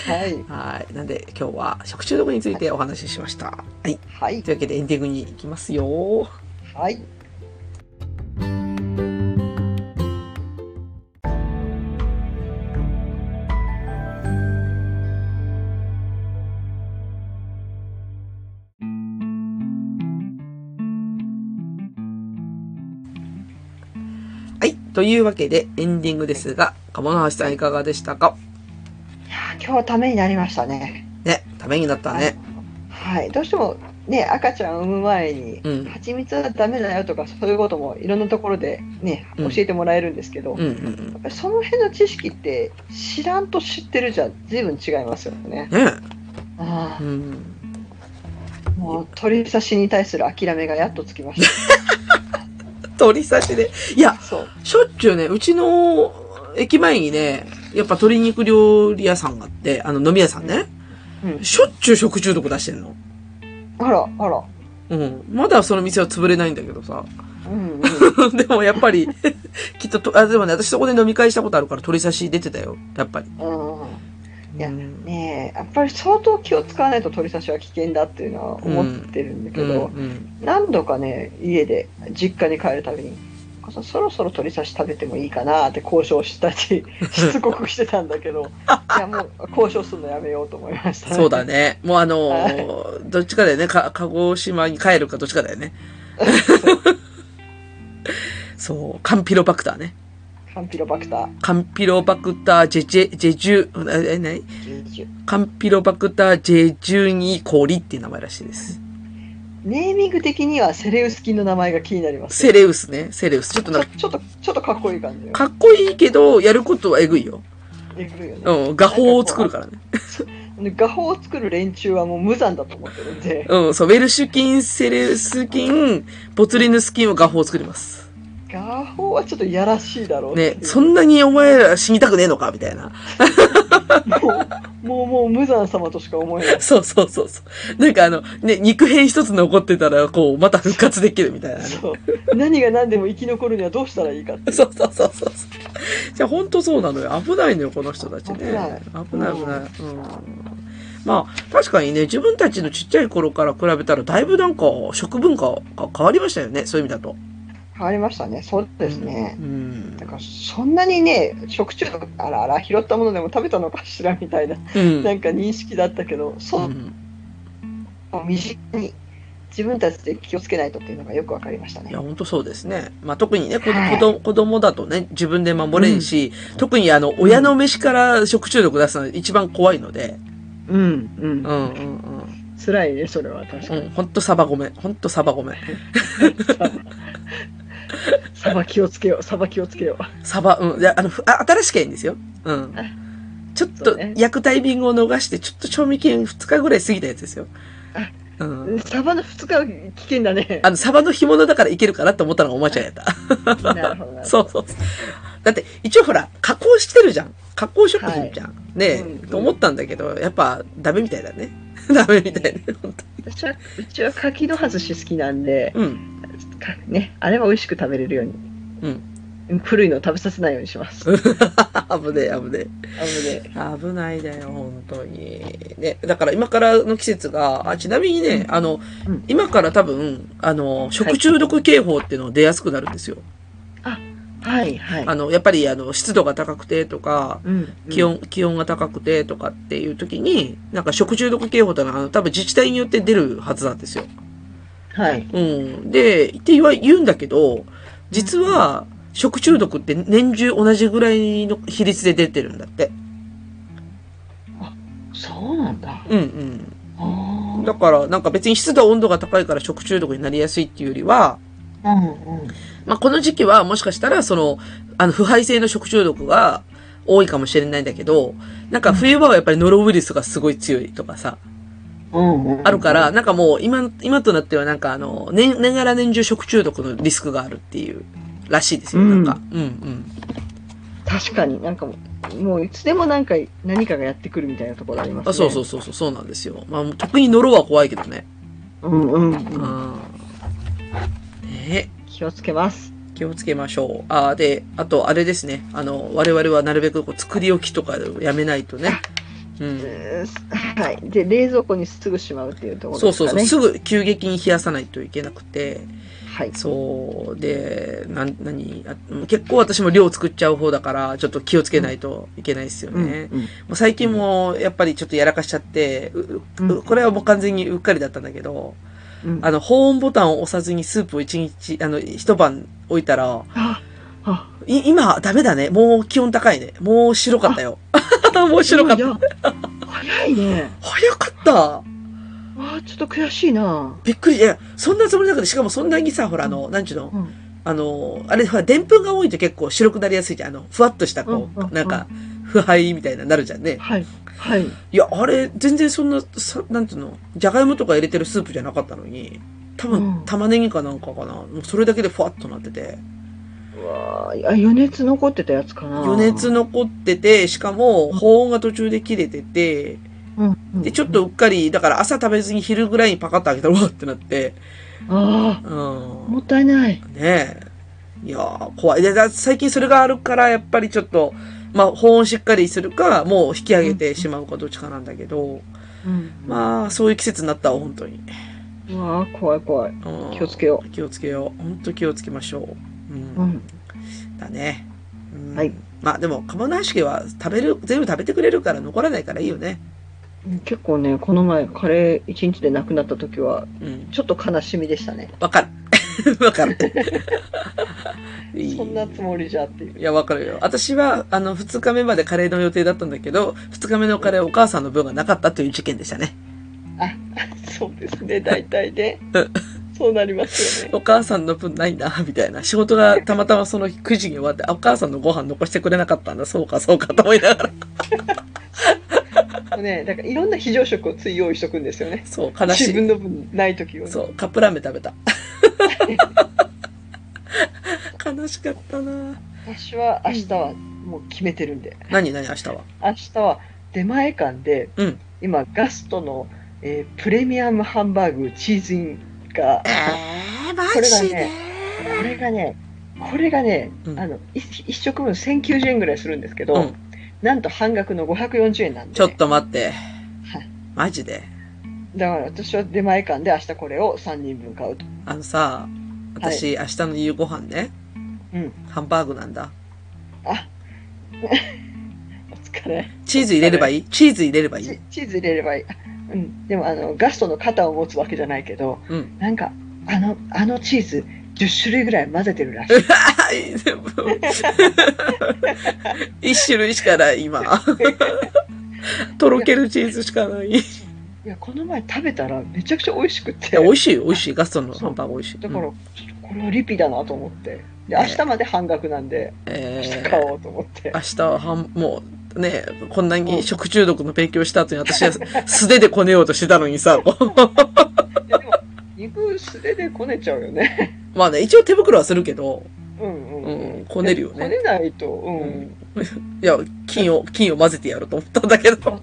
はい、はい。なんで今日は食中毒についてお話ししました。はい。はいと、いうわけでエンディングに行きますよ。はい。はい。というわけでエンディングですが、鴨の橋さんいかがでしたかいやー今日はためになりましたね。ね、ためになったね。はい、どうしてもね赤ちゃんを産む前に、うん蜂蜜はダメだよとかそういうこともいろんなところでねう教んえてもらえるんですけど、うんやうんうん。っぱりその辺の知識って知らんと知ってるじゃ随分違いますよねね。あうん。あもう鳥刺しに対する諦めがやっとつきまし鳥刺しで。いや た。、そう。しょっちゅうね、うちの駅前にね、やっぱ鶏肉料理屋さんがあって、あの飲み屋さんね、うん、しょっちゅう食中毒出してんの。あらあら。うん。まだその店は潰れないんだけどさ。うんう ん、でもやっぱり、きっとと、あ、でもね、私そこで飲み会したことあるから取り差し出てたよ、やっぱり。うんいやうんねえやっぱり相当気を使わないと鳥刺しは危険だっていうのは思ってるんだけうど、ん何度かね家で実家に帰るたびにお母さんそろそろ鳥刺し食べてもいいかなって交渉した ししつこくしてたんだけどいやもう交渉するのやめようと思いました、そうだねね。もうあのー、どっちかだよね。か、鹿児島に帰るかどっちかだ よね。そう、カンピロバクターね。カンピロバクタカンピロバクタージェジェ、ジェジュ、え、何ーカンピロバクタージェジュニコリっていう名前らしいです。ネーミング的にはセレウス菌の名前が気になりますセレウスね。セレウス。ちょっとちなんょか、ちょっとちょっとかっこいい感じよかっこいいけど、やることはえぐいよ。えぐいよねうん、画法を作るからね。で画法を作る連中はもう無残だと思ってるんでうん、そう、ウェルシュ菌、セレウス菌、ボツリヌス菌を画法を作ります。画法はちょっとやらしいだろうっていねう、そんなにお前ら死にたくねえのかみたいな。もうもうもう無残様としか思えないそうそうそうそう。なんかあの、ね、肉片一つ残ってたら、こう、また復活できるみたいなね。そう何が何でも生き残るにはどうしたらいいかってそうそうそうそう。じゃあ本当そうなのよ。危ないのよ、この人たちね。危な危いない危ない。うん。まあ、確かにね、自分たちのちっちゃい頃から比べたら、だいぶなんか、食文化が変わりましたよね。そういう意味だと。変わりましたねそうですねう、んな。んかそんなにね食中毒あらあら拾ったものでも食べたのかしらみたいなうん。なんか認識だったけどうそうん身近に自分たちで気をつけないとっていうのがよくわかりましたいねや、本当そうですね。まあ、特にね、こはい子供子供だとね、自分で守れんし、特にあの、親の飯から食中毒出すのは一番怖いので、うん、うん。うんうんうん。辛いね、それは確かうに。ん、ほんとサバごめん。ほんとサバごめん。さば気をつけよう、さば気をつけよう。サバ、うん。いや、あの、ふあ新しくはいいんですよ。うん。ちょっそうとね、焼くタイミングを逃して、ちょっと賞味期限2日ぐらい過ぎたやつですよ。うん。サバの2日は危険だね。あの、サバの干物だからいけるかなと思ったのがおまちゃんやった。なるほどなるほど。 そうそう。だって、一応ほら、加工してるじゃん。加工食品じゃん。ねえ、うんと思ったんだけど、やっぱ、ダメみたいだね。 ダメみたいね。本当私は、うちは柿の外し好きなんで、うん。 かね、あれは美味しく食べれるように。うん。古いのを食べさせないようにします。危ねえ、危ねえ。あのね、危ないだよ、本当に。ね、だから今からの季節が、あ、ちなみにね、あの、うん今から多分、あの、食中毒警報っていうのが出やすくなるんですよ。はいはい。あの、やっぱり、あの、湿度が高くてとか、うん、気温、気温が高くてとかっていう時に、なんか食中毒警報ってのは、あの、多分自治体によって出るはずなんですよ。はい。うん。で、って言わ、言うんだけど、実は、食中毒って年中同じぐらいの比率で出てるんだって。そうなんだ。うんうん。あだから、なんか別に湿度、温度が高いから食中毒になりやすいっていうよりは、あ。うんうん。まあ、この時期はもしかしたら、その、あの、腐敗性の食中毒が多いかもしれないんだけど、なんか冬場はやっぱりノロウイルスがすごい強いとかさ、うんうん、あるから、なんかもう今、今となってはなんかあの、年、年がら年中食中毒のリスクがあるっていう、らしいですよ、なんか。うん、うん、確かになんかもうもういつでもなんか何かがやってくるみたいなところありますねあそうそうそうそう、そうなんですよ。まあ、特にノロは怖いけどね。う、うんうんう、うんん。ねえ。気をつけます気をつけましょう。あーで、あと、あれですね。あの、我々はなるべくこう作り置きとかやめないとね。う。うんはいで冷蔵庫にすぐしまうっていうところそうですそうかそう。ねすぐ急激に冷やさないといけなくて。はいそう。で、なん、なに、あ結構私も量作っちゃう方だから、ちょっと気をつけないといけないですよね。うんうんもう最近も、やっぱりちょっとやらかしちゃって、うううんこれはもう完全にうっかりだったんだけど、うんあの、保温ボタンを押さずにスープを一日、あの、一晩置いたら、ああい今、ダメだね。もう気温高いね。もう白かったよ。 もう白かっいた。や早いね早かった。あーちょっと悔しいなびっくり。いや、そんなつもりなくて、しかもそんなにさ、ほら、あの、なんちゅうのうんあの、あれ、ほら、でんぷんが多いと結構白くなりやすいじゃん。あの、ふわっとした、こうんうんうう、んなんか、腐敗みたいな、なるじゃんね。はいはいいや、あれ、全然そんな、さなんていうの、じゃがいもとか入れてるスープじゃなかったのに、多う分、ん玉ねぎかなんかかな。もうそれだけでふわっとなってて。うわーいや余熱残ってたやつかな余熱残ってて、しかも、保温が途中で切れてて、うんで、ちょっとうっかり、だから朝食べずに昼ぐらいにパカッと開けたら、うわ ってなって。あうあもんっ。たいないねえ。いやー、怖い。で、だ最近それがあるから、やっぱりちょっと、まあ、保温しっかりするか、もう引き上げてしまうかどっちかなんだけど、うんまあ、そういう季節になったわ、本当に。うわー怖い怖いうん気をつけよう。気をつけよう。本当気をつけましょう。うん。うんだね。うんはい。まあ、でも、釜のし家は食べる、全部食べてくれるから残らないからいいよね。結構ねこの前カレー一日でなくなった時はうん。ちょっと悲しみでしたねわかる。わ かる。いいそんなつもりじゃっていう いや、わかるよ。私は、あの、二日目までカレーの予定だったんだけど、二日目のカレーお母さんの分がなかったという事件でしたね。あそうですね大 体ねそうなりますよねお母さんの分ないな、みたいな。仕事がたまたまその日9時に終わって、あ、お母さんのご飯残してくれなかったんだ、そうか、そうか、と思いながら。もうねだからいろんな非常食をつい用意しとくんですよねそう、悲し自い。分の分ない時をねそう、カップラーメン食べた。 悲しかったな私は明日はもう決めてるんで何何明日は。明日は出前館で、うん今ガストの、えープレミアムハンバーグチーズインがえー、マこれがねねこれがね、これがね、うんあの一一食分1090円ぐらいするんですけど、うんなんと半額の540円なんで、ちょっと待ってはい。マジで。だから私は出前館で明日これを3人分買うと。あのさ、私、明日の夕ご飯ね、うん。ハンバーグなんだ。あ、お疲れ。チーズ入れればいいチーズ入れればいいチチーズ入れればいい。うん。でもあのガストの肩を持つわけじゃないけど、うん。なんかあのあのチーズ10種類ぐらい混ぜてるらしい。 一種類しかない、今。とろけるチーズしかない。いいやこの前食べたらめちゃくちゃ美味しくてや、美味しい、美味しい。ガストンのハンバーグ美味しい。だから、うんちょっとこれはリピだなと思ってで明日まで半額なんでえ明日ー買おうと思って、明日は半、もう、ね、こんなに食中毒の勉強した後に私は素手でこねようとしてたのにさ、 いやでも肉素手でこねちゃうよねまあね、一応手袋はするけど、うんうん、うんこねるよねこねないとうん、うんいや、金を、金を混ぜてやろうと思ったんだけど。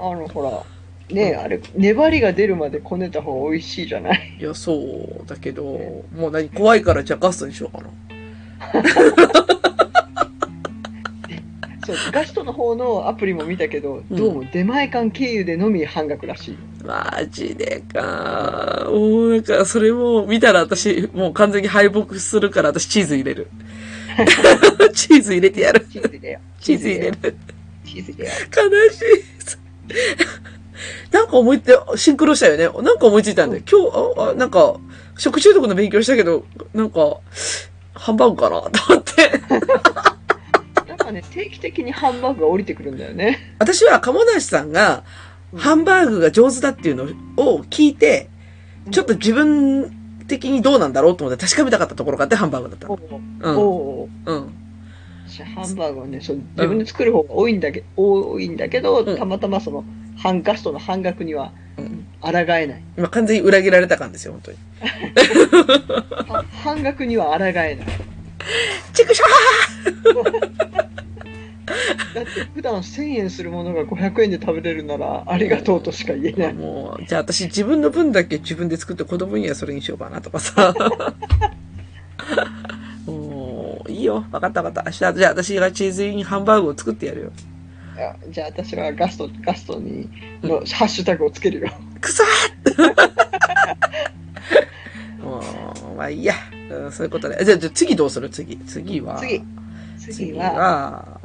あのほらねえあれ粘りが出るまでこねた方が美味しいじゃな いいや、そう、だけど、もう何、怖いからじゃあガストにしようかな。そうガストの方のアプリも見たけど、うんどうも出前館経由でのみ半額らしいマジでか。おーなんか、それも、見たら私、もう完全に敗北するから、私チーズ入れ る。チーズ入れてやる。チーズでよ チーズ入れる。チーズでよ悲しい。なんか思いって、シンクロしたよね。なんか思いついたんだよ。今日、ああ、なんか、食中毒の勉強したけど、なんか、ハンバーグかなと思って。なんかね定期的にハンバーグが降りてくるんだよね私は鴨梨さんが、ハンバーグが上手だっていうのを聞いて、ちょっと自分的にどうなんだろうと思って確かめたかったところがあってハンバーグだったおの。ううん。おううん。私ハンバーグはねそう自分で作る方が多いんだけ多いんだけど、うんたまたまその半ガストの半額にはうん抗えない今完全に裏切られた感ですよ、本当に。は半額には抗えないチクショだって普段1000円するものが500円で食べれるならありがとうとしか言えなーいもう、じゃあ私自分の分だけ自分で作って子供にはそれにしようかなとか さ。もう、いいよ。わかったわかった。明日、じゃあ私がチーズインハンバーグを作ってやるよ。あじゃあ私はガストガストにのハッシュタグをつけるよくそ ーもう、まあいいや。うんそういうことで。じゃあ、じゃあ次どうする次。次は。次次次はは、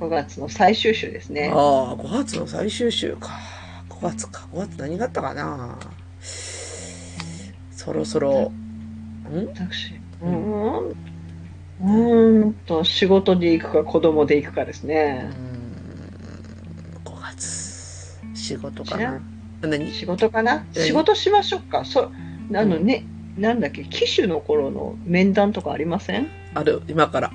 5月の最終週ですねああ、5月の最終週か。5月か。5月何があったかな。そろそろ、ん私うーんうーんと仕事で行くか子供で行くかですうーねん ?5 月。仕事か知らな。何仕事かなええ仕事しましょうかそあのうんね、なんだっけ機種の頃の面談とかありませんある今から。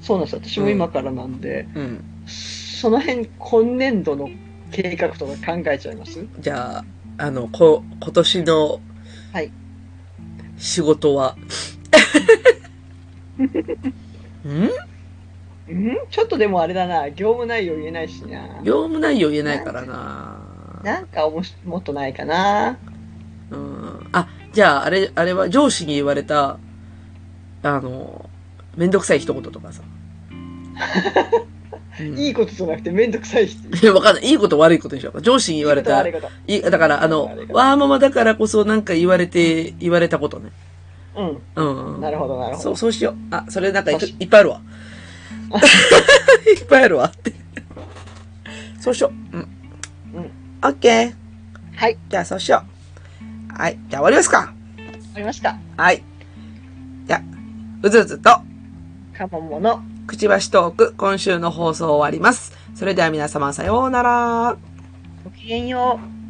そうなんです私も今からなんで、うん。その辺今年度の計画とか考えちゃいますじゃあ、あの、こ、今年の、はい。仕事 は。んうんちょっとでもあれだな業務内容言えないしな業務内容言えないからな。なんかおもしもっとないかなうん。あ、じゃあ、あれ、あれは上司に言われた、あの、めんどくさい一言と かさ。うんいいことじゃなくて面倒くさい人いやわかんない。いいこと悪いことにしようか。上司に言われたあり。がといだから、あのありが、とうわーママだからこそなんか言われて、言われたことね。ううん。うんなるほどなるほそどう、そうしよう。あ、それなんかいっよしいっぱいあるわ。 いっぱいあるわ って。そうしよう。うん。うん。オッケー。はいじゃあそうしよう。はい。じゃあ終わりますか。ありましたはい。じゃあ、うずうずと、かもものくちばしトーク、今週の放送終わります。それでは皆様さようなら。ごきげんよう